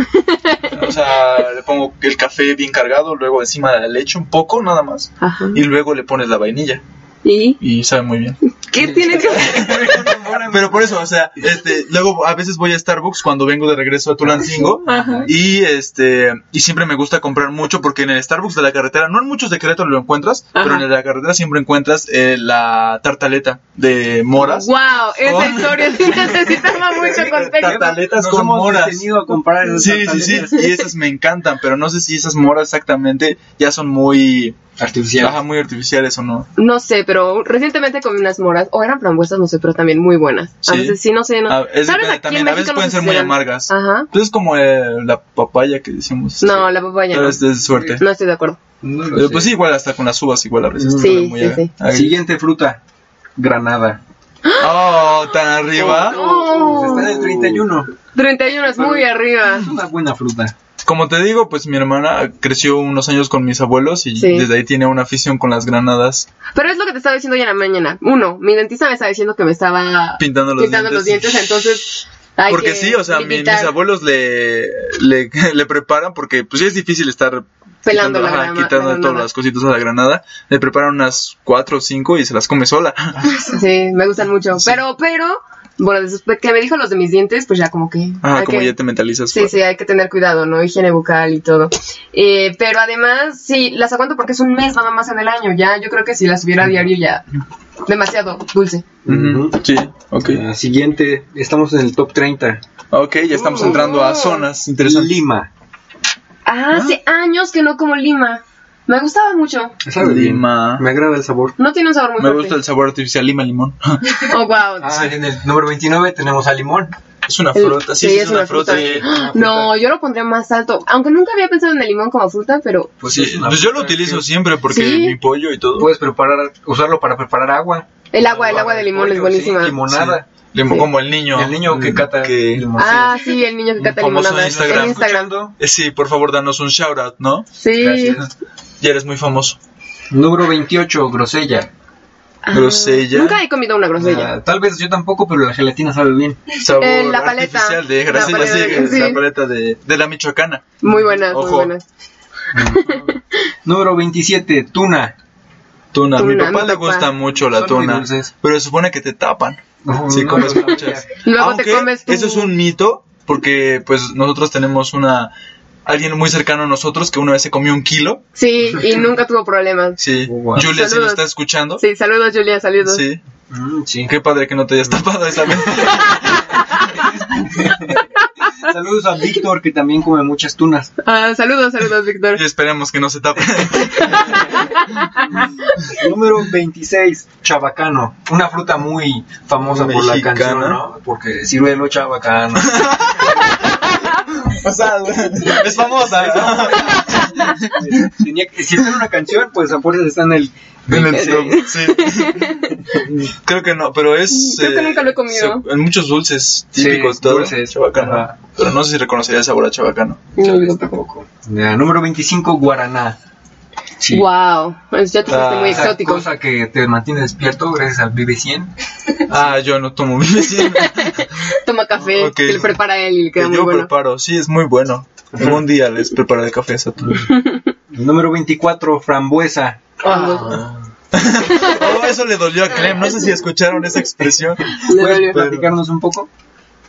[SPEAKER 1] o sea, le pongo el café bien cargado, luego encima la leche un poco, nada más,
[SPEAKER 5] Ajá.
[SPEAKER 1] y luego le pones la vainilla
[SPEAKER 5] ¿Y
[SPEAKER 1] y sabe muy bien.
[SPEAKER 5] qué tiene que ver?
[SPEAKER 1] Pero por eso, o sea, este, luego a veces voy a Starbucks cuando vengo de regreso a Tulancingo
[SPEAKER 5] Ajá.
[SPEAKER 1] y este y siempre me gusta comprar mucho porque en el Starbucks de la carretera, no en muchos de Querétaro lo encuentras,
[SPEAKER 5] Ajá.
[SPEAKER 1] pero en el de la carretera siempre encuentras eh, la tartaleta de moras.
[SPEAKER 5] Wow, esa
[SPEAKER 1] Son- (laughs)
[SPEAKER 5] historia sí necesitaba mucho contexto.
[SPEAKER 1] Tartaletas
[SPEAKER 2] Nos
[SPEAKER 1] con
[SPEAKER 2] hemos
[SPEAKER 1] moras.
[SPEAKER 2] detenido a comprar esas
[SPEAKER 1] Sí, sí, sí,
[SPEAKER 2] tartaletas.
[SPEAKER 1] y esas me encantan, pero no sé si esas moras exactamente ya son muy,
[SPEAKER 2] Artificial.
[SPEAKER 1] ajá, muy artificiales o no.
[SPEAKER 5] No sé, pero recientemente comí unas moras, o eran frambuesas, no sé, pero también muy buenas. A
[SPEAKER 1] Sí.
[SPEAKER 5] veces sí, no sé, no.
[SPEAKER 1] A- Ah, es
[SPEAKER 5] Tal vez
[SPEAKER 1] depende
[SPEAKER 5] aquí en
[SPEAKER 1] también, a
[SPEAKER 5] México
[SPEAKER 1] veces
[SPEAKER 5] no
[SPEAKER 1] pueden
[SPEAKER 5] sé
[SPEAKER 1] ser
[SPEAKER 5] si
[SPEAKER 1] muy
[SPEAKER 5] eran-
[SPEAKER 1] amargas.
[SPEAKER 5] Ajá.
[SPEAKER 1] Entonces como eh, la papaya que decimos. este,
[SPEAKER 5] No, la papaya
[SPEAKER 1] Pero
[SPEAKER 5] no.
[SPEAKER 1] es de suerte.
[SPEAKER 5] No estoy de acuerdo.
[SPEAKER 2] No lo
[SPEAKER 1] Pero
[SPEAKER 2] sé.
[SPEAKER 1] pues sí, igual hasta con las uvas, igual a veces.
[SPEAKER 5] Sí,
[SPEAKER 1] saben muy
[SPEAKER 5] sí,
[SPEAKER 1] a-
[SPEAKER 5] sí.
[SPEAKER 1] a-
[SPEAKER 2] Siguiente fruta. Granada. Pues
[SPEAKER 1] Oh, tan arriba.
[SPEAKER 5] No.
[SPEAKER 2] Está
[SPEAKER 5] Oh.
[SPEAKER 2] en el 31.
[SPEAKER 5] 31 es muy arriba.
[SPEAKER 2] Ah, Es una buena fruta.
[SPEAKER 1] Como te digo, pues mi hermana creció unos años con mis abuelos y
[SPEAKER 5] Sí.
[SPEAKER 1] desde ahí tiene una afición con las granadas,
[SPEAKER 5] Pero es lo que te estaba diciendo hoy en la mañana. Uno, mi dentista me estaba diciendo que me estaba
[SPEAKER 1] pintando los
[SPEAKER 5] quitando los dientes, entonces. hay
[SPEAKER 1] porque
[SPEAKER 5] que
[SPEAKER 1] sí, o sea, mi- mis
[SPEAKER 5] limitar
[SPEAKER 1] abuelos le, le, (laughs) le preparan porque pues sí es difícil estar
[SPEAKER 5] pelando la
[SPEAKER 1] ajá,
[SPEAKER 5] grama.
[SPEAKER 1] quitando
[SPEAKER 5] la
[SPEAKER 1] todas
[SPEAKER 5] granada.
[SPEAKER 1] las cositas a la granada. Le preparan unas cuatro o cinco y se las come sola. (laughs)
[SPEAKER 5] Sí, me gustan mucho. Pero, pero, bueno, desde que me dijo los de mis dientes, pues ya como que.
[SPEAKER 1] Ajá,
[SPEAKER 5] hay
[SPEAKER 1] Ah, como
[SPEAKER 5] que-
[SPEAKER 1] ya te mentalizas.
[SPEAKER 5] Sí,
[SPEAKER 1] pues.
[SPEAKER 5] sí, hay que tener cuidado, ¿no? Higiene bucal y todo. Eh, pero además, sí, las aguanto porque es un mes nada más en el año. Ya, yo creo que si las hubiera a diario ya. Demasiado dulce.
[SPEAKER 1] Ujú,
[SPEAKER 2] Ujú.
[SPEAKER 1] Sí, ok.
[SPEAKER 2] Ah, siguiente. Estamos en el top 30.
[SPEAKER 1] Ok, ya estamos
[SPEAKER 5] Uh.
[SPEAKER 1] entrando a zonas interesantes.
[SPEAKER 2] Lima.
[SPEAKER 5] Ah, hace años que no como lima. Me gustaba mucho.
[SPEAKER 2] Sabe bien.
[SPEAKER 1] Lima.
[SPEAKER 2] Me agrada el sabor.
[SPEAKER 5] No tiene un sabor muy
[SPEAKER 1] Me
[SPEAKER 5] fuerte.
[SPEAKER 1] gusta el sabor artificial lima limón. (laughs)
[SPEAKER 5] Oh, wow.
[SPEAKER 2] Ah, en el número 29 tenemos a limón.
[SPEAKER 1] Es una
[SPEAKER 5] El-
[SPEAKER 1] fruta, sí, sí, es una fruta.
[SPEAKER 5] Sí.
[SPEAKER 1] Ah,
[SPEAKER 5] No, yo lo pondría más alto. Aunque nunca había pensado en el limón como fruta, pero
[SPEAKER 1] Pues sí, pues yo lo utilizo siempre porque
[SPEAKER 5] Sí. Pues,
[SPEAKER 1] mi pollo y todo.
[SPEAKER 2] Puedes preparar, usarlo para preparar agua.
[SPEAKER 5] el agua,
[SPEAKER 1] Ah,
[SPEAKER 5] el agua de limón es
[SPEAKER 2] pollo,
[SPEAKER 5] buenísima.
[SPEAKER 2] sí, limonada.
[SPEAKER 1] Limo-
[SPEAKER 5] Sí.
[SPEAKER 1] Como el niño.
[SPEAKER 2] El niño que
[SPEAKER 1] mm,
[SPEAKER 2] cata
[SPEAKER 1] que-
[SPEAKER 2] limón.
[SPEAKER 5] Ah, sí, el niño que cata
[SPEAKER 1] Famoso
[SPEAKER 5] limonada.
[SPEAKER 1] en Instagram.
[SPEAKER 5] En Instagram.
[SPEAKER 1] Eh, Sí, por favor, danos un shout out, ¿no?
[SPEAKER 5] Sí.
[SPEAKER 2] Gracias.
[SPEAKER 1] Ya eres muy famoso.
[SPEAKER 2] Número 28, grosella.
[SPEAKER 5] Ah,
[SPEAKER 1] Grosella.
[SPEAKER 5] Nunca he comido una grosella.
[SPEAKER 2] Ah, tal vez yo tampoco, pero la gelatina sabe bien.
[SPEAKER 1] Sabor
[SPEAKER 5] Eh, la paleta.
[SPEAKER 1] artificial de
[SPEAKER 5] La
[SPEAKER 1] Graciela,
[SPEAKER 5] paleta de-
[SPEAKER 1] sí, la
[SPEAKER 5] sí.
[SPEAKER 1] paleta de, de la Michoacana.
[SPEAKER 5] Muy buenas, muy
[SPEAKER 1] Ojo.
[SPEAKER 5] buenas.
[SPEAKER 2] Número 27, tuna.
[SPEAKER 1] Tuna. mi
[SPEAKER 5] Tuna,
[SPEAKER 1] papá
[SPEAKER 5] mi
[SPEAKER 1] le
[SPEAKER 5] papá.
[SPEAKER 1] gusta mucho la
[SPEAKER 2] Son muy
[SPEAKER 1] tuna.
[SPEAKER 2] dulces.
[SPEAKER 1] Pero se supone que te tapan.
[SPEAKER 2] (laughs)
[SPEAKER 1] Sí,
[SPEAKER 2] Oh,
[SPEAKER 5] (laughs)
[SPEAKER 2] No,
[SPEAKER 1] comes
[SPEAKER 2] no sabía.
[SPEAKER 1] muchas.
[SPEAKER 5] Luego
[SPEAKER 1] Aunque
[SPEAKER 5] te comes tu-
[SPEAKER 1] Eso es un mito, porque pues nosotros tenemos una. Alguien muy cercano a nosotros que una vez se comió un kilo.
[SPEAKER 5] Sí, y nunca tuvo problemas.
[SPEAKER 1] Sí.
[SPEAKER 2] Oh, wow.
[SPEAKER 1] Julia, si
[SPEAKER 5] Saludos.
[SPEAKER 1] nos está escuchando.
[SPEAKER 5] Sí, saludos, Julia, saludos.
[SPEAKER 1] Sí.
[SPEAKER 2] Mm, sí.
[SPEAKER 1] Qué padre que no te hayas tapado esa
[SPEAKER 5] (laughs)
[SPEAKER 1] vez.
[SPEAKER 2] Saludos a Víctor, que también come muchas tunas.
[SPEAKER 5] Ah, saludos, saludos, Víctor.
[SPEAKER 1] Y esperemos que no se tape.
[SPEAKER 2] Número 26, chabacano. Una fruta muy famosa por la
[SPEAKER 1] Mexicana.
[SPEAKER 2] (laughs) canción, ¿no? Porque ciruelo chabacano.
[SPEAKER 1] pasado. (laughs) Es famosa, es famosa.
[SPEAKER 2] Tenía que- si está en una canción, pues a fuerzas está en el.
[SPEAKER 1] En el club, sí.
[SPEAKER 5] (laughs)
[SPEAKER 1] Creo que no, pero es. eh,
[SPEAKER 5] Creo que nunca lo he comido.
[SPEAKER 1] se- En muchos dulces
[SPEAKER 2] Sí,
[SPEAKER 1] típicos, todo.
[SPEAKER 2] dulces.
[SPEAKER 1] Chabacano.
[SPEAKER 2] Ajá.
[SPEAKER 1] Pero no sé si reconocería el sabor a chabacano.
[SPEAKER 5] No,
[SPEAKER 2] Chales,
[SPEAKER 5] yo
[SPEAKER 2] tampoco. Ya, número 25, Guaraná. Sí.
[SPEAKER 5] Wow, pues ya te
[SPEAKER 1] Ah,
[SPEAKER 5] fuiste muy
[SPEAKER 2] Esa
[SPEAKER 5] exótico.
[SPEAKER 2] cosa que te mantiene despierto gracias al Vive 100.
[SPEAKER 1] Ah, yo no tomo mi
[SPEAKER 5] (laughs) Toma café,
[SPEAKER 1] Ok.
[SPEAKER 5] que lo prepara él y le queda
[SPEAKER 1] Que
[SPEAKER 5] muy
[SPEAKER 1] yo
[SPEAKER 5] bueno.
[SPEAKER 1] preparo, sí, es muy bueno. Algún día les prepararé café a todos.
[SPEAKER 2] Número 24, Frambuesa.
[SPEAKER 5] Ah,
[SPEAKER 1] Oh, eso le dolió a Clem, no sé si escucharon esa expresión.
[SPEAKER 5] le
[SPEAKER 2] ¿Puedes
[SPEAKER 5] dolió.
[SPEAKER 2] platicarnos un poco?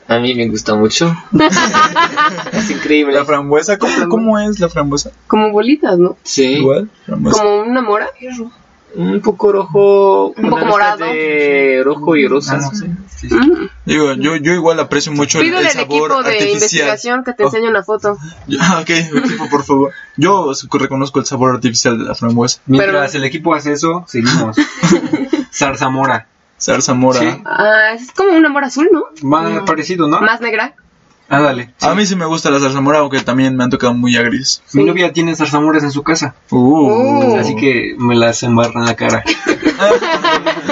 [SPEAKER 6] A mí me gusta mucho. es increíble.
[SPEAKER 1] La frambuesa,
[SPEAKER 5] pues,
[SPEAKER 1] ¿cómo, cómo es la frambuesa?
[SPEAKER 5] Como bolitas, ¿no?
[SPEAKER 6] Sí.
[SPEAKER 1] Igual, frambuesa.
[SPEAKER 5] Como una mora.
[SPEAKER 6] Un poco rojo.
[SPEAKER 5] Un
[SPEAKER 6] una
[SPEAKER 5] poco
[SPEAKER 6] mezcla
[SPEAKER 5] morado.
[SPEAKER 6] De rojo y rosa.
[SPEAKER 2] Ah, no sé. Sí, sí.
[SPEAKER 5] Mm.
[SPEAKER 1] Digo, yo, yo igual aprecio mucho el,
[SPEAKER 5] Pídele
[SPEAKER 1] el
[SPEAKER 5] al
[SPEAKER 1] sabor
[SPEAKER 5] equipo de
[SPEAKER 1] artificial.
[SPEAKER 5] investigación que te enseñe una foto.
[SPEAKER 1] Yo- (laughs) ah, ok, equipo, por favor. Yo s- reconozco el sabor artificial de la frambuesa.
[SPEAKER 2] Mientras el equipo hace eso, seguimos.
[SPEAKER 5] (laughs)
[SPEAKER 2] Zarzamora.
[SPEAKER 1] Zarza mora.
[SPEAKER 2] Sí.
[SPEAKER 5] Ah, es como una mora azul, ¿no?
[SPEAKER 2] Más parecido, ¿no? Ah,
[SPEAKER 5] Más negra.
[SPEAKER 2] Ándale.
[SPEAKER 1] A mí sí me gusta la zarza mora, aunque también me han tocado muy agris.
[SPEAKER 2] Mi novia tiene zarzamoras en su casa,
[SPEAKER 1] Uh.
[SPEAKER 5] Uh.
[SPEAKER 2] así que me las embarra en
[SPEAKER 5] (laughs)
[SPEAKER 2] la cara.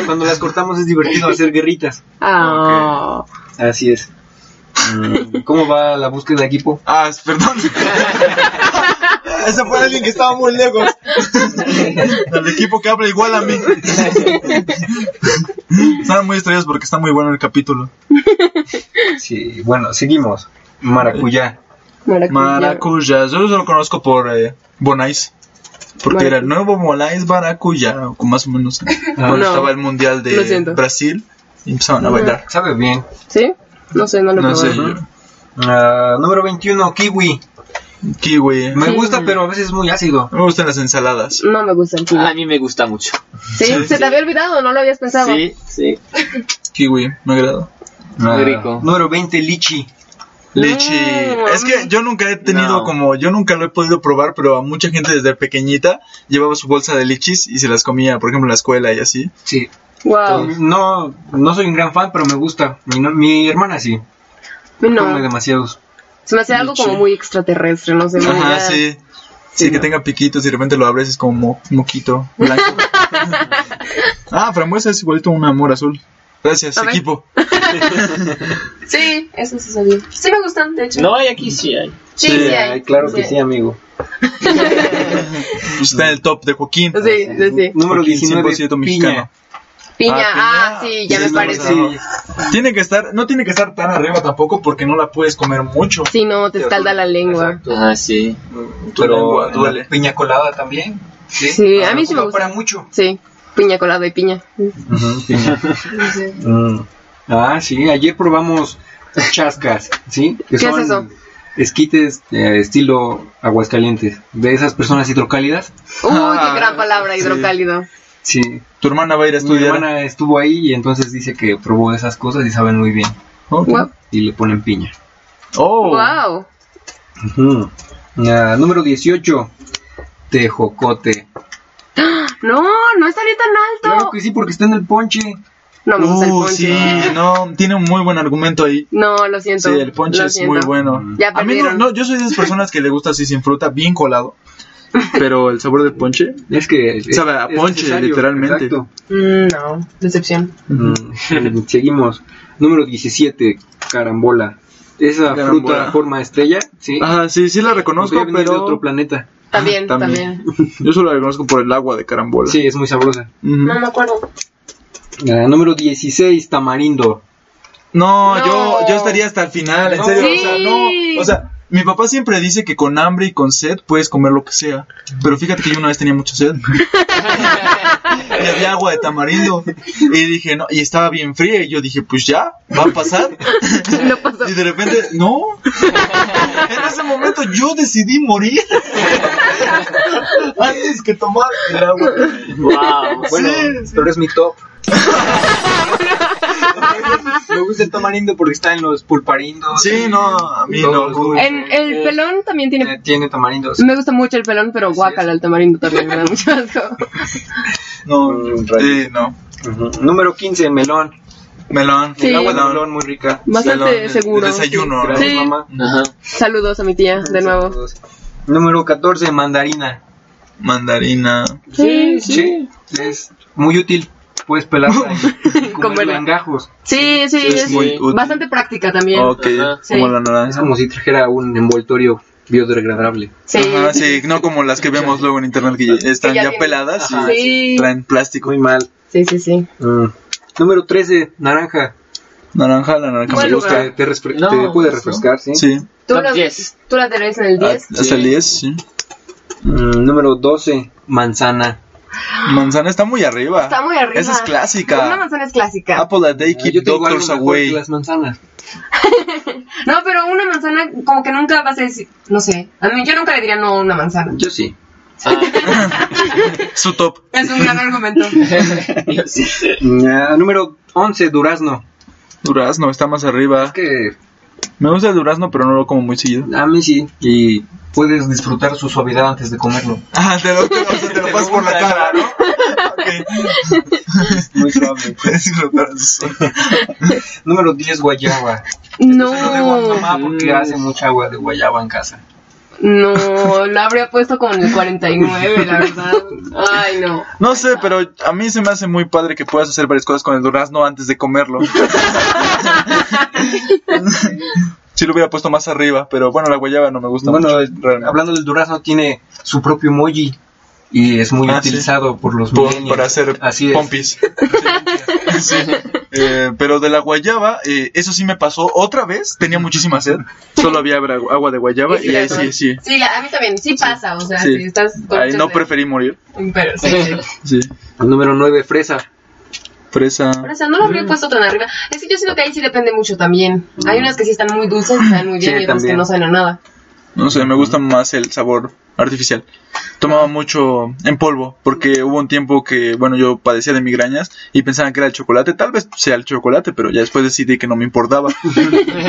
[SPEAKER 2] Cuando las cortamos es divertido hacer guerritas.
[SPEAKER 5] Ah,
[SPEAKER 2] Así es. Mm, ¿Cómo va la búsqueda de equipo?
[SPEAKER 1] Ah, es- (laughs) perdón. Ese fue alguien que estaba muy (laughs) lejos. Al equipo que habla igual a (laughs) mí. Están muy distraídos porque está muy bueno el capítulo.
[SPEAKER 2] Sí, bueno, seguimos. Maracuyá.
[SPEAKER 5] maracuya.
[SPEAKER 1] Maracuyá. Yo solo lo conozco por eh, Bonais. Porque era el nuevo Bonais Maracuyá. o como más o menos.
[SPEAKER 2] Ah,
[SPEAKER 1] Cuando
[SPEAKER 5] No.
[SPEAKER 1] estaba el mundial
[SPEAKER 5] Lo
[SPEAKER 1] de
[SPEAKER 5] siento.
[SPEAKER 1] Brasil. Y empezaron a bailar.
[SPEAKER 2] Sabe bien.
[SPEAKER 5] ¿Sí? No sé, no lo he
[SPEAKER 1] No sé
[SPEAKER 5] probado.
[SPEAKER 1] yo.
[SPEAKER 2] Ah, número 21, kiwi.
[SPEAKER 1] Kiwi.
[SPEAKER 2] Me gusta, pero a veces es muy ácido.
[SPEAKER 1] Me gustan las ensaladas.
[SPEAKER 5] No me gusta el kiwi.
[SPEAKER 6] A mí me gusta mucho.
[SPEAKER 5] ¿Sí? ¿Se te había olvidado? ¿No lo habías pensado?
[SPEAKER 6] Sí, sí.
[SPEAKER 1] Kiwi, me agrada.
[SPEAKER 2] Ah,
[SPEAKER 6] rico.
[SPEAKER 2] Número 20, lichi.
[SPEAKER 1] Lichi.
[SPEAKER 5] No,
[SPEAKER 1] es que yo nunca he tenido
[SPEAKER 6] No.
[SPEAKER 1] como, yo nunca lo he podido probar, pero a mucha gente desde pequeñita llevaba su bolsa de lichis y se las comía, por ejemplo, en la escuela y así.
[SPEAKER 2] Sí.
[SPEAKER 5] Wow.
[SPEAKER 2] Pues, No, no soy un gran fan, pero me gusta. Mi, no- mi hermana sí. Come
[SPEAKER 5] No.
[SPEAKER 2] demasiados.
[SPEAKER 5] Se me hace algo como muy extraterrestre, no sé. muy
[SPEAKER 1] Ajá,
[SPEAKER 5] ya-
[SPEAKER 1] sí. Sí, que tenga piquitos y de repente lo abres y es como mo- moquito blanco. ah, frambuesa es igualito a un amor azul. Gracias,
[SPEAKER 5] A ver.
[SPEAKER 1] equipo.
[SPEAKER 5] Sí, eso sí sabía. Sí me gustan, de hecho.
[SPEAKER 6] No hay aquí, sí hay.
[SPEAKER 5] Sí, sí, hay.
[SPEAKER 2] claro que sí, amigo.
[SPEAKER 1] Pues está en el top de Joaquín.
[SPEAKER 5] Sí, sí, sí.
[SPEAKER 2] Número
[SPEAKER 1] Joaquín,
[SPEAKER 2] 19,
[SPEAKER 1] 100%
[SPEAKER 2] piña.
[SPEAKER 1] mexicano.
[SPEAKER 5] Piña,
[SPEAKER 1] piña.
[SPEAKER 5] ah, sí, ya
[SPEAKER 1] Sí,
[SPEAKER 5] me
[SPEAKER 1] no,
[SPEAKER 5] parece.
[SPEAKER 1] sí. Tiene que estar, no tiene que estar tan arriba tampoco porque no la puedes comer mucho.
[SPEAKER 5] Si no, te escalda la lengua.
[SPEAKER 6] Ah, sí.
[SPEAKER 1] Tu lengua duele.
[SPEAKER 2] la piña colada también. Sí,
[SPEAKER 5] Sí, a mí sí me
[SPEAKER 2] ocupa
[SPEAKER 5] gusta.
[SPEAKER 2] para mucho.
[SPEAKER 5] Sí, piña colada y piña.
[SPEAKER 2] Mm. Ah, sí, ayer probamos chascas, ¿sí? Que
[SPEAKER 5] ¿Qué es eso?
[SPEAKER 2] Esquites eh, estilo Aguascalientes, de esas personas hidrocálidas.
[SPEAKER 5] Uy,
[SPEAKER 1] Ah,
[SPEAKER 5] qué gran palabra,
[SPEAKER 1] sí.
[SPEAKER 5] hidrocálido.
[SPEAKER 2] Sí,
[SPEAKER 1] Tu hermana va a ir a
[SPEAKER 2] tu
[SPEAKER 1] estudiar.
[SPEAKER 2] hermana estuvo ahí y entonces dice que probó esas cosas y saben muy bien.
[SPEAKER 1] Ok.
[SPEAKER 5] Guau.
[SPEAKER 2] Y le ponen piña.
[SPEAKER 1] Oh.
[SPEAKER 5] Wow.
[SPEAKER 2] Ujú. Ah, número 18, tejocote.
[SPEAKER 5] No, no estaría tan alto.
[SPEAKER 2] Claro que sí, porque está en el ponche.
[SPEAKER 5] No me gusta el
[SPEAKER 1] Uh,
[SPEAKER 5] ponche.
[SPEAKER 1] sí, no, tiene un muy buen argumento ahí.
[SPEAKER 5] No, lo siento.
[SPEAKER 1] Sí, el ponche
[SPEAKER 5] lo
[SPEAKER 1] es
[SPEAKER 5] siento.
[SPEAKER 1] muy bueno.
[SPEAKER 5] Ya
[SPEAKER 1] a mí no,
[SPEAKER 5] perdieron.
[SPEAKER 1] no, yo soy de esas personas que le gusta así sin fruta, bien colado. Pero el sabor del ponche,
[SPEAKER 5] (laughs)
[SPEAKER 2] Es que es-
[SPEAKER 1] Sabe a
[SPEAKER 2] es
[SPEAKER 1] ponche,
[SPEAKER 2] necesario,
[SPEAKER 1] literalmente.
[SPEAKER 2] exacto.
[SPEAKER 5] Mm, no, decepción.
[SPEAKER 2] Mm, (laughs) seguimos. Número 17, carambola. Esa
[SPEAKER 1] Carambola.
[SPEAKER 2] fruta forma estrella, sí.
[SPEAKER 1] ah, sí, sí la
[SPEAKER 2] Podría
[SPEAKER 1] reconozco,
[SPEAKER 2] venir de otro
[SPEAKER 1] pero
[SPEAKER 2] planeta.
[SPEAKER 5] También,
[SPEAKER 1] También.
[SPEAKER 5] también.
[SPEAKER 1] (laughs) yo solo la reconozco por el agua de carambola.
[SPEAKER 2] Sí, es muy sabrosa.
[SPEAKER 1] Ujú.
[SPEAKER 5] No me acuerdo.
[SPEAKER 2] Ah, número 16, tamarindo.
[SPEAKER 1] No,
[SPEAKER 5] No.
[SPEAKER 1] yo, yo estaría hasta el final, en
[SPEAKER 2] No.
[SPEAKER 1] serio.
[SPEAKER 5] Sí.
[SPEAKER 1] O sea, no. O sea, mi papá siempre dice que con hambre y con sed puedes comer lo que sea. Pero fíjate que yo una vez tenía mucha
[SPEAKER 5] (laughs)
[SPEAKER 1] sed. y había agua de tamarindo. Y dije, no, y estaba bien fría. Y yo dije, pues ya, va a pasar.
[SPEAKER 5] (laughs) No pasó.
[SPEAKER 1] Y de repente, no. En ese momento yo decidí morir. Antes que tomar el agua.
[SPEAKER 6] Wow.
[SPEAKER 2] Bueno,
[SPEAKER 1] Sí, sí.
[SPEAKER 2] pero es
[SPEAKER 1] (laughs)
[SPEAKER 2] mi top. Me gusta el tamarindo porque está en los pulparindos.
[SPEAKER 1] Sí, no, a mí
[SPEAKER 2] Todos
[SPEAKER 1] no.
[SPEAKER 2] los-
[SPEAKER 5] En, el pelón también
[SPEAKER 2] Eh,
[SPEAKER 5] tiene.
[SPEAKER 2] tiene
[SPEAKER 1] pues,
[SPEAKER 2] tamarindos.
[SPEAKER 5] Me gusta mucho el pelón, pero guácala, el tamarindo también me da mucho
[SPEAKER 1] (laughs)
[SPEAKER 5] asco.
[SPEAKER 1] No, sí, no.
[SPEAKER 2] Ujú. Número 15, melón.
[SPEAKER 1] Melón.
[SPEAKER 5] Sí.
[SPEAKER 2] El agua de
[SPEAKER 1] Melón.
[SPEAKER 2] melón muy rica.
[SPEAKER 1] Melón,
[SPEAKER 5] Bastante
[SPEAKER 1] el-
[SPEAKER 5] seguro.
[SPEAKER 1] el desayuno, ¿no?
[SPEAKER 2] Gracias,
[SPEAKER 5] Sí.
[SPEAKER 2] mamá.
[SPEAKER 6] Ajá.
[SPEAKER 5] Saludos a mi tía, de nuevo.
[SPEAKER 2] Saludos. Número 14, mandarina.
[SPEAKER 1] Mandarina.
[SPEAKER 5] Sí,
[SPEAKER 2] Sí, es muy útil.
[SPEAKER 5] (laughs)
[SPEAKER 2] Puedes pelarla y comerla
[SPEAKER 5] Comerla.
[SPEAKER 2] en gajos.
[SPEAKER 5] Sí, sí,
[SPEAKER 6] Sí,
[SPEAKER 5] es
[SPEAKER 6] es muy
[SPEAKER 1] útil.
[SPEAKER 5] bastante práctica también.
[SPEAKER 1] Ok,
[SPEAKER 6] Ajá.
[SPEAKER 5] Sí.
[SPEAKER 1] como la
[SPEAKER 2] Es
[SPEAKER 1] naranja.
[SPEAKER 2] como si trajera un envoltorio biodegradable.
[SPEAKER 5] Sí.
[SPEAKER 1] Ajá, sí, no como las que vemos luego en internet que ya están
[SPEAKER 5] Que ya
[SPEAKER 1] ya
[SPEAKER 5] tienen-
[SPEAKER 1] peladas y
[SPEAKER 5] Ajá, sí.
[SPEAKER 1] traen plástico.
[SPEAKER 2] Muy mal.
[SPEAKER 5] sí, sí, sí.
[SPEAKER 2] Mm. Número 13, naranja.
[SPEAKER 1] Naranja, la naranja
[SPEAKER 5] Bueno,
[SPEAKER 1] me gusta.
[SPEAKER 2] Te, te refre-
[SPEAKER 6] No,
[SPEAKER 2] te puede
[SPEAKER 6] no.
[SPEAKER 2] refrescar, ¿sí?
[SPEAKER 1] Sí,
[SPEAKER 5] ¿Tú
[SPEAKER 6] Top
[SPEAKER 5] la,
[SPEAKER 6] 10.
[SPEAKER 5] tú la tenés en el
[SPEAKER 1] Ah,
[SPEAKER 5] 10.
[SPEAKER 1] hasta el 10, sí.
[SPEAKER 2] Mm, número 12, manzana.
[SPEAKER 1] Manzana está muy arriba.
[SPEAKER 5] Está muy arriba.
[SPEAKER 1] Esa es
[SPEAKER 5] Una
[SPEAKER 1] clásica.
[SPEAKER 5] manzana es clásica.
[SPEAKER 1] Apple a day
[SPEAKER 2] Ah,
[SPEAKER 1] keep
[SPEAKER 2] te digo algo
[SPEAKER 1] doctors
[SPEAKER 2] mejor
[SPEAKER 1] away.
[SPEAKER 2] que las manzanas.
[SPEAKER 5] No, pero una manzana como que nunca vas a decir, no sé, a mí yo nunca le diría no a una manzana.
[SPEAKER 2] Yo sí.
[SPEAKER 6] Ah,
[SPEAKER 1] Su top.
[SPEAKER 5] Es un gran argumento.
[SPEAKER 6] yo sí.
[SPEAKER 2] Mm, ah, número 11, durazno.
[SPEAKER 1] Durazno está más arriba.
[SPEAKER 2] Es que
[SPEAKER 1] Me gusta el durazno, pero no lo como muy seguido.
[SPEAKER 2] a mí sí. Y puedes disfrutar su suavidad antes de comerlo.
[SPEAKER 1] Ah, te lo, te lo- o sea, (laughs) te lo pasas por la cara, ¿no? (laughs)
[SPEAKER 2] Muy suave.
[SPEAKER 1] Puedes disfrutar de eso.
[SPEAKER 2] (laughs) número 10, guayaba. Se lo debo
[SPEAKER 5] (laughs)
[SPEAKER 2] a
[SPEAKER 5] No,
[SPEAKER 2] mamá porque
[SPEAKER 1] Mm.
[SPEAKER 2] hace mucha agua de guayaba en casa.
[SPEAKER 5] no, la habría puesto como en el 49, la verdad. Ay, no.
[SPEAKER 1] No sé, pero a mí se me hace muy padre que puedas hacer varias cosas con el durazno antes de comerlo. Sí lo hubiera puesto más arriba, pero bueno, la guayaba no me gusta
[SPEAKER 2] Bueno,
[SPEAKER 1] mucho.
[SPEAKER 2] el- hablando del durazno, tiene su propio emoji y es muy
[SPEAKER 1] Ah,
[SPEAKER 2] utilizado por los
[SPEAKER 1] Por,
[SPEAKER 2] millennials.
[SPEAKER 1] para hacer
[SPEAKER 2] Así es. (laughs)
[SPEAKER 1] pompis. Sí. (laughs) Eh, pero de la guayaba, eh, eso sí me pasó otra vez. Tenía muchísima sed. Solo había abra- agua de guayaba y ahí sí, sí.
[SPEAKER 5] Sí, a mí también, sí pasa, o sea,
[SPEAKER 1] Sí.
[SPEAKER 5] si estás con
[SPEAKER 1] Ahí
[SPEAKER 5] muchas
[SPEAKER 1] no
[SPEAKER 5] de-
[SPEAKER 1] preferí morir.
[SPEAKER 5] Pero sí,
[SPEAKER 1] Sí.
[SPEAKER 5] sí.
[SPEAKER 2] Número 9, fresa.
[SPEAKER 1] Fresa.
[SPEAKER 5] Pero, o sea, no lo habría puesto tan arriba. Es que yo siento que ahí sí depende mucho también.
[SPEAKER 1] Mm.
[SPEAKER 5] Hay unas que sí están muy dulces, que saben muy bien,
[SPEAKER 2] Sí,
[SPEAKER 5] y otras que
[SPEAKER 2] también.
[SPEAKER 5] no saben a nada.
[SPEAKER 1] No sé, me gusta más el sabor artificial. Tomaba mucho en polvo, porque hubo un tiempo que, bueno, yo padecía de migrañas y pensaban que era el chocolate. Tal vez sea el chocolate, pero ya después decidí que no me
[SPEAKER 5] (laughs)
[SPEAKER 1] importaba.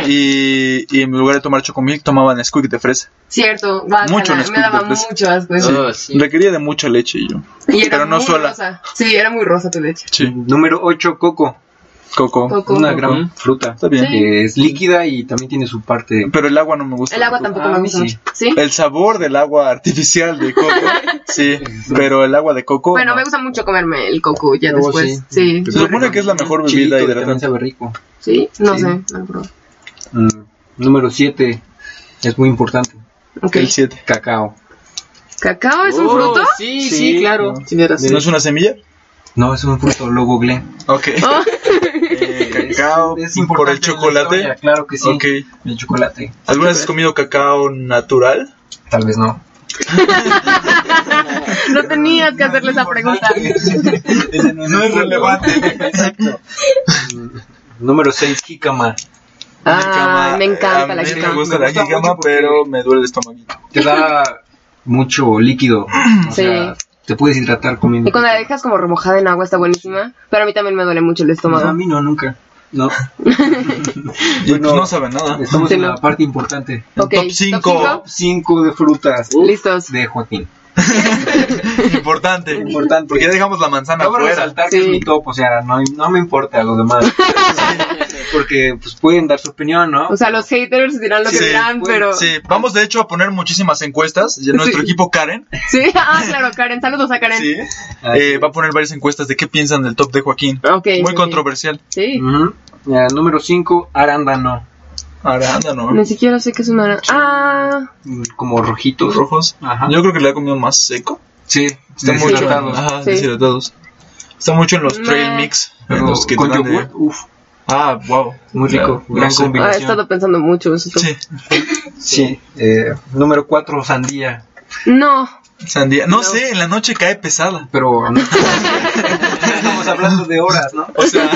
[SPEAKER 1] y, y en lugar de tomar chocomilk, tomaba Nesquik de fresa.
[SPEAKER 5] Cierto, guácala,
[SPEAKER 1] Mucho Nesquik
[SPEAKER 5] me daba
[SPEAKER 1] de fresa.
[SPEAKER 5] mucho asco eso.
[SPEAKER 6] Oh, sí.
[SPEAKER 1] Requería de mucha leche yo.
[SPEAKER 5] Y era
[SPEAKER 1] Pero no
[SPEAKER 5] muy
[SPEAKER 1] sola.
[SPEAKER 5] rosa. Sí, era muy rosa tu leche.
[SPEAKER 1] Sí,
[SPEAKER 2] Número 8, coco.
[SPEAKER 1] coco.
[SPEAKER 5] Coco.
[SPEAKER 2] Una gran fruta.
[SPEAKER 1] Está bien.
[SPEAKER 5] Sí.
[SPEAKER 2] que es líquida y también tiene su parte.
[SPEAKER 1] Pero el agua no me gusta.
[SPEAKER 5] El agua tampoco
[SPEAKER 2] Ah,
[SPEAKER 5] me
[SPEAKER 2] a mí
[SPEAKER 5] gusta
[SPEAKER 2] sí.
[SPEAKER 5] mucho. ¿Sí?
[SPEAKER 1] El sabor del agua artificial de
[SPEAKER 5] (laughs)
[SPEAKER 1] coco. sí, pero el agua de coco.
[SPEAKER 5] Bueno,
[SPEAKER 1] no.
[SPEAKER 5] me gusta mucho comerme el coco ya
[SPEAKER 2] Luego
[SPEAKER 5] después. Sí.
[SPEAKER 2] sí.
[SPEAKER 1] Se supone que es la mejor bebida
[SPEAKER 2] Chilito, que también
[SPEAKER 1] hidratante.
[SPEAKER 2] sabe rico.
[SPEAKER 5] Sí, no
[SPEAKER 1] Sí.
[SPEAKER 5] sé. no lo probé.
[SPEAKER 2] Mm, Número 7, es muy importante.
[SPEAKER 5] Ok.
[SPEAKER 1] El 7.
[SPEAKER 2] Cacao.
[SPEAKER 5] ¿Cacao es un
[SPEAKER 6] Oh,
[SPEAKER 5] fruto?
[SPEAKER 6] Sí,
[SPEAKER 2] Sí,
[SPEAKER 6] sí, claro.
[SPEAKER 2] no.
[SPEAKER 6] Sí, verás.
[SPEAKER 1] ¿No es una semilla?
[SPEAKER 2] No, es un fruto, lo google.
[SPEAKER 1] Ok.
[SPEAKER 5] (laughs) Oh.
[SPEAKER 1] Eh, cacao por el chocolate.
[SPEAKER 2] claro que sí.
[SPEAKER 1] Ok.
[SPEAKER 2] El chocolate.
[SPEAKER 1] ¿Alguna vez has comido cacao natural?
[SPEAKER 2] Tal vez no.
[SPEAKER 5] No tenías que hacerle esa
[SPEAKER 2] (laughs)
[SPEAKER 5] pregunta.
[SPEAKER 1] No es relevante.
[SPEAKER 2] Mm, Número 6, jícama.
[SPEAKER 5] Ay, Ah, me encanta
[SPEAKER 1] eh, A mí
[SPEAKER 5] la
[SPEAKER 1] me
[SPEAKER 5] jícama.
[SPEAKER 1] gusta
[SPEAKER 2] Me
[SPEAKER 1] la
[SPEAKER 2] gusta
[SPEAKER 1] jícama,
[SPEAKER 2] mucho porque-
[SPEAKER 1] pero me duele el estomaguito.
[SPEAKER 2] Te (laughs) da mucho líquido. O
[SPEAKER 5] Sí.
[SPEAKER 2] sea, te puedes hidratar comiendo.
[SPEAKER 5] Y cuando la
[SPEAKER 2] jícama.
[SPEAKER 5] dejas como remojada en agua está buenísima, pero a mí también me duele mucho el
[SPEAKER 2] No, a
[SPEAKER 5] estómago.
[SPEAKER 2] mí no, nunca. (laughs) No.
[SPEAKER 1] Y pues no sabe nada. (laughs)
[SPEAKER 2] Estamos
[SPEAKER 5] Sí,
[SPEAKER 2] en
[SPEAKER 5] no.
[SPEAKER 2] la parte importante.
[SPEAKER 5] Ok,
[SPEAKER 1] Top cinco.
[SPEAKER 5] cinco.
[SPEAKER 2] 5 de frutas.
[SPEAKER 5] Listos.
[SPEAKER 2] De Joaquín.
[SPEAKER 1] Importante.
[SPEAKER 2] Importante.
[SPEAKER 1] Porque ya dejamos la manzana
[SPEAKER 2] Acabo de
[SPEAKER 1] afuera.
[SPEAKER 2] resaltar
[SPEAKER 5] Sí.
[SPEAKER 2] que es mi top, o sea, no, no me importa lo demás.
[SPEAKER 5] (laughs)
[SPEAKER 2] Porque pues pueden dar su opinión, ¿no?
[SPEAKER 5] O sea, los haters dirán lo que
[SPEAKER 1] Sí,
[SPEAKER 5] dirán, pero... (laughs) Sí.
[SPEAKER 1] Sí, vamos de hecho a poner muchísimas encuestas. Ya Nuestro
[SPEAKER 5] Sí.
[SPEAKER 1] equipo Karen
[SPEAKER 5] Ah, claro, Karen. Saludos a Karen.
[SPEAKER 1] sí,
[SPEAKER 2] Ah,
[SPEAKER 1] eh, va a poner varias encuestas de qué piensan del top de Joaquín.
[SPEAKER 5] Ok,
[SPEAKER 1] Muy
[SPEAKER 5] ok.
[SPEAKER 1] controversial.
[SPEAKER 5] Sí.
[SPEAKER 2] Ujú. Ya, número 5, arándano.
[SPEAKER 1] Arándano,
[SPEAKER 5] Ni siquiera sé qué es una... Ah...
[SPEAKER 2] Mm, Como rojitos.
[SPEAKER 1] los rojos.
[SPEAKER 2] Ajá.
[SPEAKER 1] Yo creo que le ha comido más seco.
[SPEAKER 2] Sí,
[SPEAKER 1] Está Ah, mucho
[SPEAKER 2] deshidratados.
[SPEAKER 1] Ajá,
[SPEAKER 5] Sí.
[SPEAKER 1] deshidratados. Está mucho en los
[SPEAKER 5] Meh.
[SPEAKER 1] trail mix. En
[SPEAKER 2] Pero
[SPEAKER 1] los que
[SPEAKER 2] con
[SPEAKER 1] te dan de-
[SPEAKER 2] yogur, uf,
[SPEAKER 1] Ah, wow.
[SPEAKER 2] muy rico.
[SPEAKER 1] Claro,
[SPEAKER 2] gran
[SPEAKER 1] no sé.
[SPEAKER 5] Ah, he
[SPEAKER 2] combinación.
[SPEAKER 5] estado pensando mucho. eso.
[SPEAKER 1] Sí,
[SPEAKER 2] Sí. Eh, número 4, sandía.
[SPEAKER 5] No,
[SPEAKER 1] sandía. No, sé, en la noche cae pesada.
[SPEAKER 2] Pero (laughs) no- estamos hablando de horas, ¿no?
[SPEAKER 1] O
[SPEAKER 2] (laughs)
[SPEAKER 1] sea,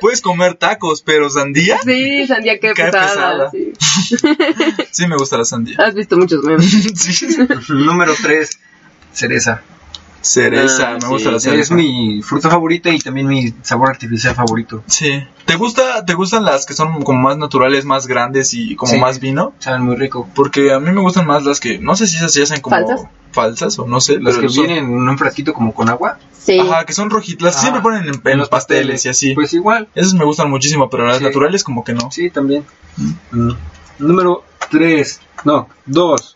[SPEAKER 1] puedes comer tacos, pero sandía.
[SPEAKER 5] sí, Sandía, qué,
[SPEAKER 1] Qué
[SPEAKER 5] putada,
[SPEAKER 1] pesada.
[SPEAKER 5] sí.
[SPEAKER 1] Sí, me gusta la sandía.
[SPEAKER 5] Has visto muchos memes.
[SPEAKER 1] Sí.
[SPEAKER 2] Número 3, cereza.
[SPEAKER 1] Cereza,
[SPEAKER 6] Ah,
[SPEAKER 1] me
[SPEAKER 6] sí,
[SPEAKER 1] gusta la
[SPEAKER 6] es
[SPEAKER 1] cereza.
[SPEAKER 2] Es mi fruta favorita y también mi sabor artificial favorito.
[SPEAKER 1] Sí. ¿Te gusta, te gustan las que son como más naturales, más grandes y como
[SPEAKER 2] Sí.
[SPEAKER 1] más vino?
[SPEAKER 2] Saben muy rico.
[SPEAKER 1] Porque a mí me gustan más las que, no sé si esas se hacen como
[SPEAKER 5] ¿Falsas?
[SPEAKER 1] falsas o no sé,
[SPEAKER 2] Las que
[SPEAKER 1] son-
[SPEAKER 2] vienen en un frasquito como con agua.
[SPEAKER 5] Sí.
[SPEAKER 1] Ajá, que son rojitas, las que
[SPEAKER 2] Ah,
[SPEAKER 1] siempre ponen en, en los pasteles y así.
[SPEAKER 2] Pues igual.
[SPEAKER 1] Esas me gustan muchísimo, pero las
[SPEAKER 2] Sí.
[SPEAKER 1] naturales como que no.
[SPEAKER 2] Sí, también. Mm. Número 3. No, 2.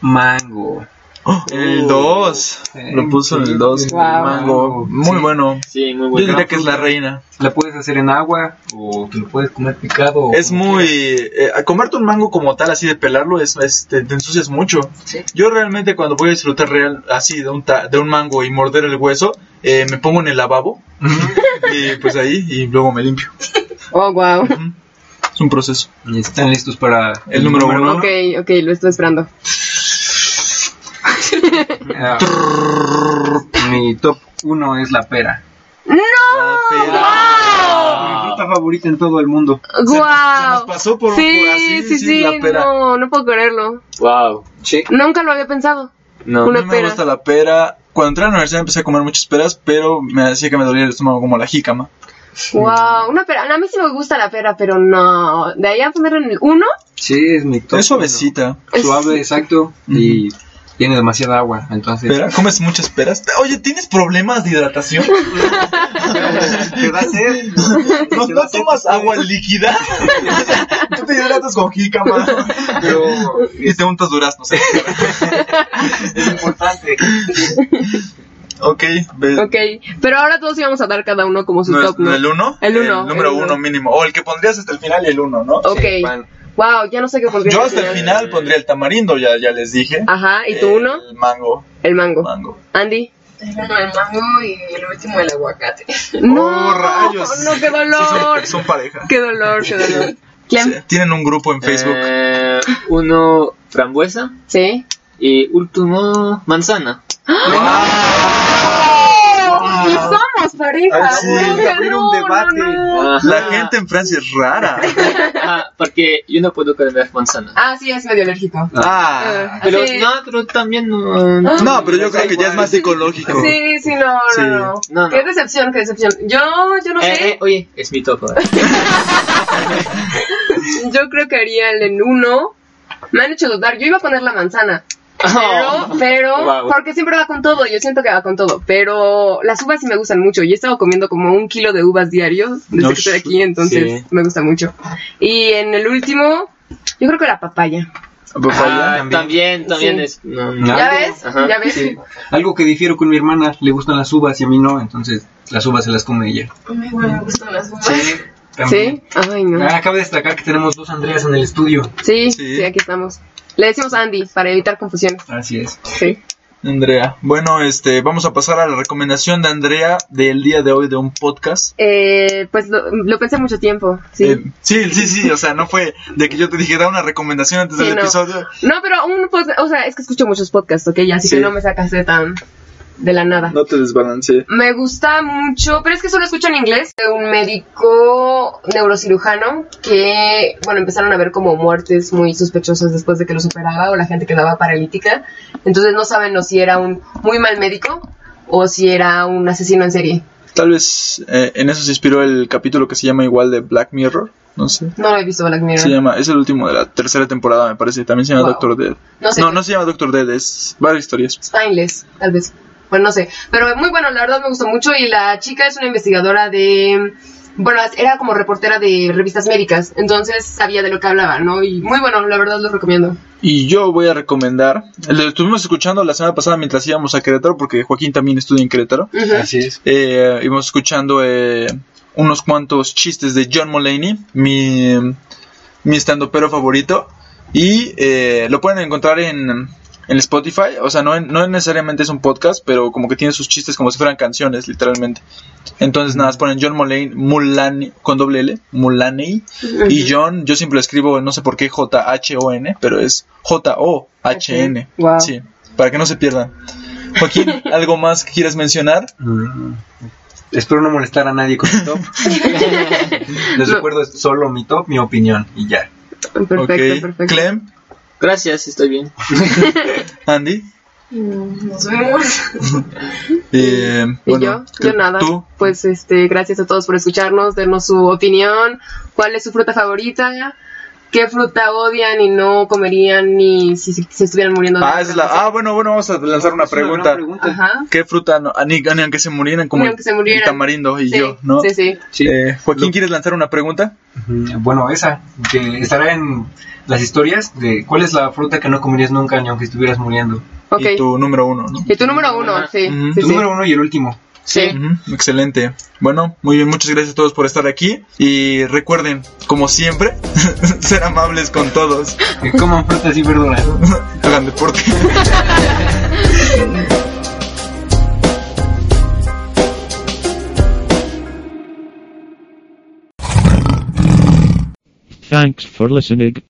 [SPEAKER 2] Mango.
[SPEAKER 1] ¡Oh! el 2.
[SPEAKER 2] Eh,
[SPEAKER 1] Lo puso en
[SPEAKER 2] sí,
[SPEAKER 1] el 2.
[SPEAKER 2] el
[SPEAKER 5] Wow.
[SPEAKER 1] Mango. Muy
[SPEAKER 2] Sí.
[SPEAKER 1] bueno.
[SPEAKER 6] Sí, muy
[SPEAKER 1] Yo
[SPEAKER 6] bueno.
[SPEAKER 1] diría que es la reina.
[SPEAKER 2] La puedes hacer en agua o te lo puedes comer picado. o
[SPEAKER 1] Es
[SPEAKER 2] como
[SPEAKER 1] muy...
[SPEAKER 2] quieras.
[SPEAKER 1] eh, a comerte un mango como tal, así de pelarlo, es, es- te, te ensucias mucho.
[SPEAKER 2] Sí.
[SPEAKER 1] Yo realmente cuando voy a disfrutar real así de un, ta- de un mango y morder el hueso, eh, me pongo en el lavabo y pues ahí y luego me limpio.
[SPEAKER 5] Oh, wow.
[SPEAKER 1] Ujú. Es un proceso.
[SPEAKER 2] Y ¿Están listos para
[SPEAKER 1] El número uno.
[SPEAKER 5] Ok, ok, lo estoy esperando.
[SPEAKER 2] Ah, mi top 1 es la pera.
[SPEAKER 1] La pera. Ah.
[SPEAKER 2] Mi fruta favorita en todo el mundo.
[SPEAKER 1] Se- se
[SPEAKER 5] ¡Guau!
[SPEAKER 1] nos pasó por- por
[SPEAKER 5] sí,
[SPEAKER 1] así,
[SPEAKER 5] sí,
[SPEAKER 1] sí,
[SPEAKER 5] sí,
[SPEAKER 1] la pera.
[SPEAKER 5] no, no puedo creerlo.
[SPEAKER 6] Wow.
[SPEAKER 2] Sí.
[SPEAKER 5] Nunca lo había pensado.
[SPEAKER 6] No.
[SPEAKER 5] Una
[SPEAKER 1] a mí me
[SPEAKER 5] pera.
[SPEAKER 1] gusta la pera. Cuando entré a la universidad empecé a comer muchas peras, pero me hacía que me dolía el estómago como la jícama.
[SPEAKER 5] Wow, una pera. A mí sí me gusta la pera, pero no. De ahí a ponerlo en el uno.
[SPEAKER 2] Sí, es mi top.
[SPEAKER 1] Es suavecita.
[SPEAKER 2] uno. Suave, exacto. Y tiene demasiada agua. Entonces,
[SPEAKER 1] ¿Pera? ¿Comes muchas peras? Oye, ¿tienes problemas de
[SPEAKER 5] (laughs)
[SPEAKER 1] hidratación?
[SPEAKER 2] (laughs) ¿te va a hacer?
[SPEAKER 1] ¿No, no tomas agua líquida?
[SPEAKER 5] (laughs)
[SPEAKER 1] O sea, Tú te hidratas con jícama
[SPEAKER 2] Pero
[SPEAKER 1] y te untas duraznos.
[SPEAKER 2] es importante.
[SPEAKER 1] ok, ve-
[SPEAKER 5] Ok, pero ahora todos íbamos a dar cada uno como su
[SPEAKER 1] no es-
[SPEAKER 5] top, ¿no?
[SPEAKER 1] ¿El uno?
[SPEAKER 5] El uno,
[SPEAKER 1] número
[SPEAKER 5] el uno.
[SPEAKER 1] uno mínimo. O el que pondrías hasta el final y el uno, ¿no?
[SPEAKER 5] Ok,
[SPEAKER 2] Sí, pan.
[SPEAKER 5] wow, ya no sé qué pondría.
[SPEAKER 1] Yo
[SPEAKER 5] al
[SPEAKER 1] hasta el final pondría el tamarindo, ya, ya les dije.
[SPEAKER 5] Ajá, Ah, ¿y tú uno?
[SPEAKER 1] El mango.
[SPEAKER 5] El mango.
[SPEAKER 1] mango.
[SPEAKER 5] Andy.
[SPEAKER 7] Bueno, el mango y el último el aguacate.
[SPEAKER 5] (laughs) No,
[SPEAKER 1] Oh, rayos.
[SPEAKER 5] no, qué
[SPEAKER 1] Sí,
[SPEAKER 5] dolor.
[SPEAKER 1] son, son pareja.
[SPEAKER 5] Qué dolor, qué dolor. Clem.
[SPEAKER 1] Sí, Tienen un grupo en Facebook.
[SPEAKER 6] Eh, uno, frambuesa.
[SPEAKER 5] Sí.
[SPEAKER 6] Y último, manzana.
[SPEAKER 5] Y somos pareja.
[SPEAKER 1] Ah, sí,
[SPEAKER 5] güey,
[SPEAKER 2] abrir
[SPEAKER 5] no,
[SPEAKER 2] un debate.
[SPEAKER 5] no, no.
[SPEAKER 1] La gente en Francia es
[SPEAKER 5] (laughs)
[SPEAKER 1] rara.
[SPEAKER 6] Ajá, Ah, porque yo no puedo comer manzana.
[SPEAKER 5] Ah, sí, es medio alérgico.
[SPEAKER 1] Ah.
[SPEAKER 6] Pero
[SPEAKER 5] Sí. Ah.
[SPEAKER 6] no, pero también no. no.
[SPEAKER 1] No, pero yo creo que ya es más psicológico.
[SPEAKER 5] Sí, sí, no,
[SPEAKER 1] Sí.
[SPEAKER 5] no, no.
[SPEAKER 6] No, no.
[SPEAKER 5] Qué decepción, qué decepción. Yo, yo no
[SPEAKER 6] Eh,
[SPEAKER 5] sé.
[SPEAKER 6] eh, oye, es mi topo.
[SPEAKER 5] Yo creo que haría el en uno. Me han hecho dudar. Yo iba a poner la manzana. Pero, pero,
[SPEAKER 6] Wow.
[SPEAKER 5] porque siempre va con todo, yo siento que va con todo, pero las uvas sí me gustan mucho, yo he estado comiendo como un kilo de uvas diarios desde
[SPEAKER 1] No
[SPEAKER 5] que estoy aquí, entonces
[SPEAKER 6] sí.
[SPEAKER 5] me gusta mucho. Y en el último, yo creo que la papaya.
[SPEAKER 6] Ah,
[SPEAKER 2] Pues también.
[SPEAKER 6] también, también
[SPEAKER 5] Sí.
[SPEAKER 6] es. No,
[SPEAKER 2] No.
[SPEAKER 5] ¿Ya
[SPEAKER 2] Algo,
[SPEAKER 5] ves?
[SPEAKER 6] ajá,
[SPEAKER 5] ¿Ya ves?
[SPEAKER 2] Sí. Algo que difiero con mi hermana, le gustan las uvas y a mí no, entonces las uvas se las come ella.
[SPEAKER 7] A mí igual me gustan las uvas.
[SPEAKER 2] También.
[SPEAKER 5] ¿Sí? Ay, no.
[SPEAKER 2] Ah, acabo de destacar que tenemos dos Andreas en el estudio.
[SPEAKER 5] Sí, sí,
[SPEAKER 1] Sí.
[SPEAKER 5] aquí estamos. Le decimos a Andy para evitar confusiones.
[SPEAKER 2] Así es.
[SPEAKER 5] Sí.
[SPEAKER 1] Andrea. Bueno, este, vamos a pasar a la recomendación de Andrea del día de hoy de un podcast.
[SPEAKER 5] Eh, pues lo, lo pensé mucho tiempo, sí.
[SPEAKER 1] Eh, sí, sí, sí, o sea, no fue de que yo te dije da una recomendación antes
[SPEAKER 5] Sí,
[SPEAKER 1] del
[SPEAKER 5] no.
[SPEAKER 1] episodio.
[SPEAKER 5] No, pero un podcast, o sea, es que escucho muchos podcasts, ¿ok? Así que
[SPEAKER 1] Sí.
[SPEAKER 5] no me sacas de tan de la nada.
[SPEAKER 1] No te desbalance.
[SPEAKER 5] Me gusta mucho, pero es que solo escucho en inglés, de un médico neurocirujano que, bueno, empezaron a ver como muertes muy sospechosas después de que los operaba o la gente quedaba paralítica. Entonces no saben o si era un muy mal médico o si era un asesino en serie.
[SPEAKER 1] Tal vez eh, en eso se inspiró el capítulo que se llama igual de Black Mirror. No sé.
[SPEAKER 5] No lo he visto Black Mirror.
[SPEAKER 1] Se llama, es el último de la tercera temporada, me parece. También se llama
[SPEAKER 5] Wow.
[SPEAKER 1] Doctor Dead.
[SPEAKER 5] No sé.
[SPEAKER 1] No, no se llama Doctor Dead, es varias historias.
[SPEAKER 5] Spineless, tal vez. Bueno, no sé. Pero muy bueno, la verdad me gustó mucho. Y la chica es una investigadora de. Bueno, era como reportera de revistas médicas. Entonces sabía de lo que hablaba, ¿no? Y muy bueno, la verdad lo recomiendo.
[SPEAKER 1] Y yo voy a recomendar, lo estuvimos escuchando la semana pasada mientras íbamos a Querétaro, porque Joaquín también estudia en Querétaro.
[SPEAKER 5] Ujú.
[SPEAKER 2] Así es.
[SPEAKER 1] Eh, íbamos escuchando eh, unos cuantos chistes de John Mulaney, mi, mi estandopero favorito. Y eh, lo pueden encontrar en, en Spotify. O sea, no, en- no necesariamente es un podcast, pero como que tiene sus chistes como si fueran canciones, literalmente. Entonces, nada, más ponen John Mulaney, Mulaney con doble L, Mulaney. Y John, yo siempre lo escribo, no sé por qué, J-H-O-N, pero es J-O-H-N.
[SPEAKER 5] Wow.
[SPEAKER 1] Sí, para que no se pierdan. Joaquín, ¿algo más que quieras mencionar?
[SPEAKER 2] Mm. Espero no molestar a nadie con mi top. Les
[SPEAKER 5] No.
[SPEAKER 2] recuerdo es solo mi top, mi opinión y ya.
[SPEAKER 5] Perfecto,
[SPEAKER 1] Ok.
[SPEAKER 5] perfecto.
[SPEAKER 1] Clem,
[SPEAKER 6] Gracias, estoy bien.
[SPEAKER 1] Andy.
[SPEAKER 7] Nos
[SPEAKER 1] (laughs)
[SPEAKER 7] vemos.
[SPEAKER 1] Eh,
[SPEAKER 5] Mm, (laughs) Y
[SPEAKER 1] bueno,
[SPEAKER 5] yo,
[SPEAKER 1] creo-
[SPEAKER 5] yo nada.
[SPEAKER 1] ¿Tú?
[SPEAKER 5] Pues este, gracias a todos por escucharnos, darnos su opinión, cuál es su fruta favorita, qué fruta odian y no comerían ni si se si estuvieran muriendo de
[SPEAKER 1] Ah, esa es la- ah, bueno, bueno, vamos a lanzar una pregunta.
[SPEAKER 5] Ajá.
[SPEAKER 1] ¿Qué fruta? No, ah, ni, ah, ni aunque se murieran, como
[SPEAKER 5] Ni
[SPEAKER 1] el,
[SPEAKER 5] aunque se murieran.
[SPEAKER 1] el tamarindo y
[SPEAKER 5] Sí,
[SPEAKER 1] yo, ¿no?
[SPEAKER 5] sí, sí.
[SPEAKER 2] Sí.
[SPEAKER 1] Eh, Joaquín, ¿quieres lanzar una pregunta?
[SPEAKER 2] Ujú, Bueno, esa, que estará en las historias de cuál es la fruta que no comerías nunca ni aunque estuvieras muriendo.
[SPEAKER 5] Ok.
[SPEAKER 1] Y tu número uno, ¿no?
[SPEAKER 5] Y tu número uno, sí.
[SPEAKER 1] Ujú.
[SPEAKER 5] sí,
[SPEAKER 2] Tu
[SPEAKER 5] sí.
[SPEAKER 2] número uno y el último.
[SPEAKER 5] Sí.
[SPEAKER 1] Ujú, excelente. Bueno, muy bien, muchas gracias a todos por estar aquí. Y recuerden, como siempre, (laughs) ser amables con todos. (laughs)
[SPEAKER 2] Que coman frutas y verduras.
[SPEAKER 1] Hagan deporte.
[SPEAKER 4] Thanks for listening.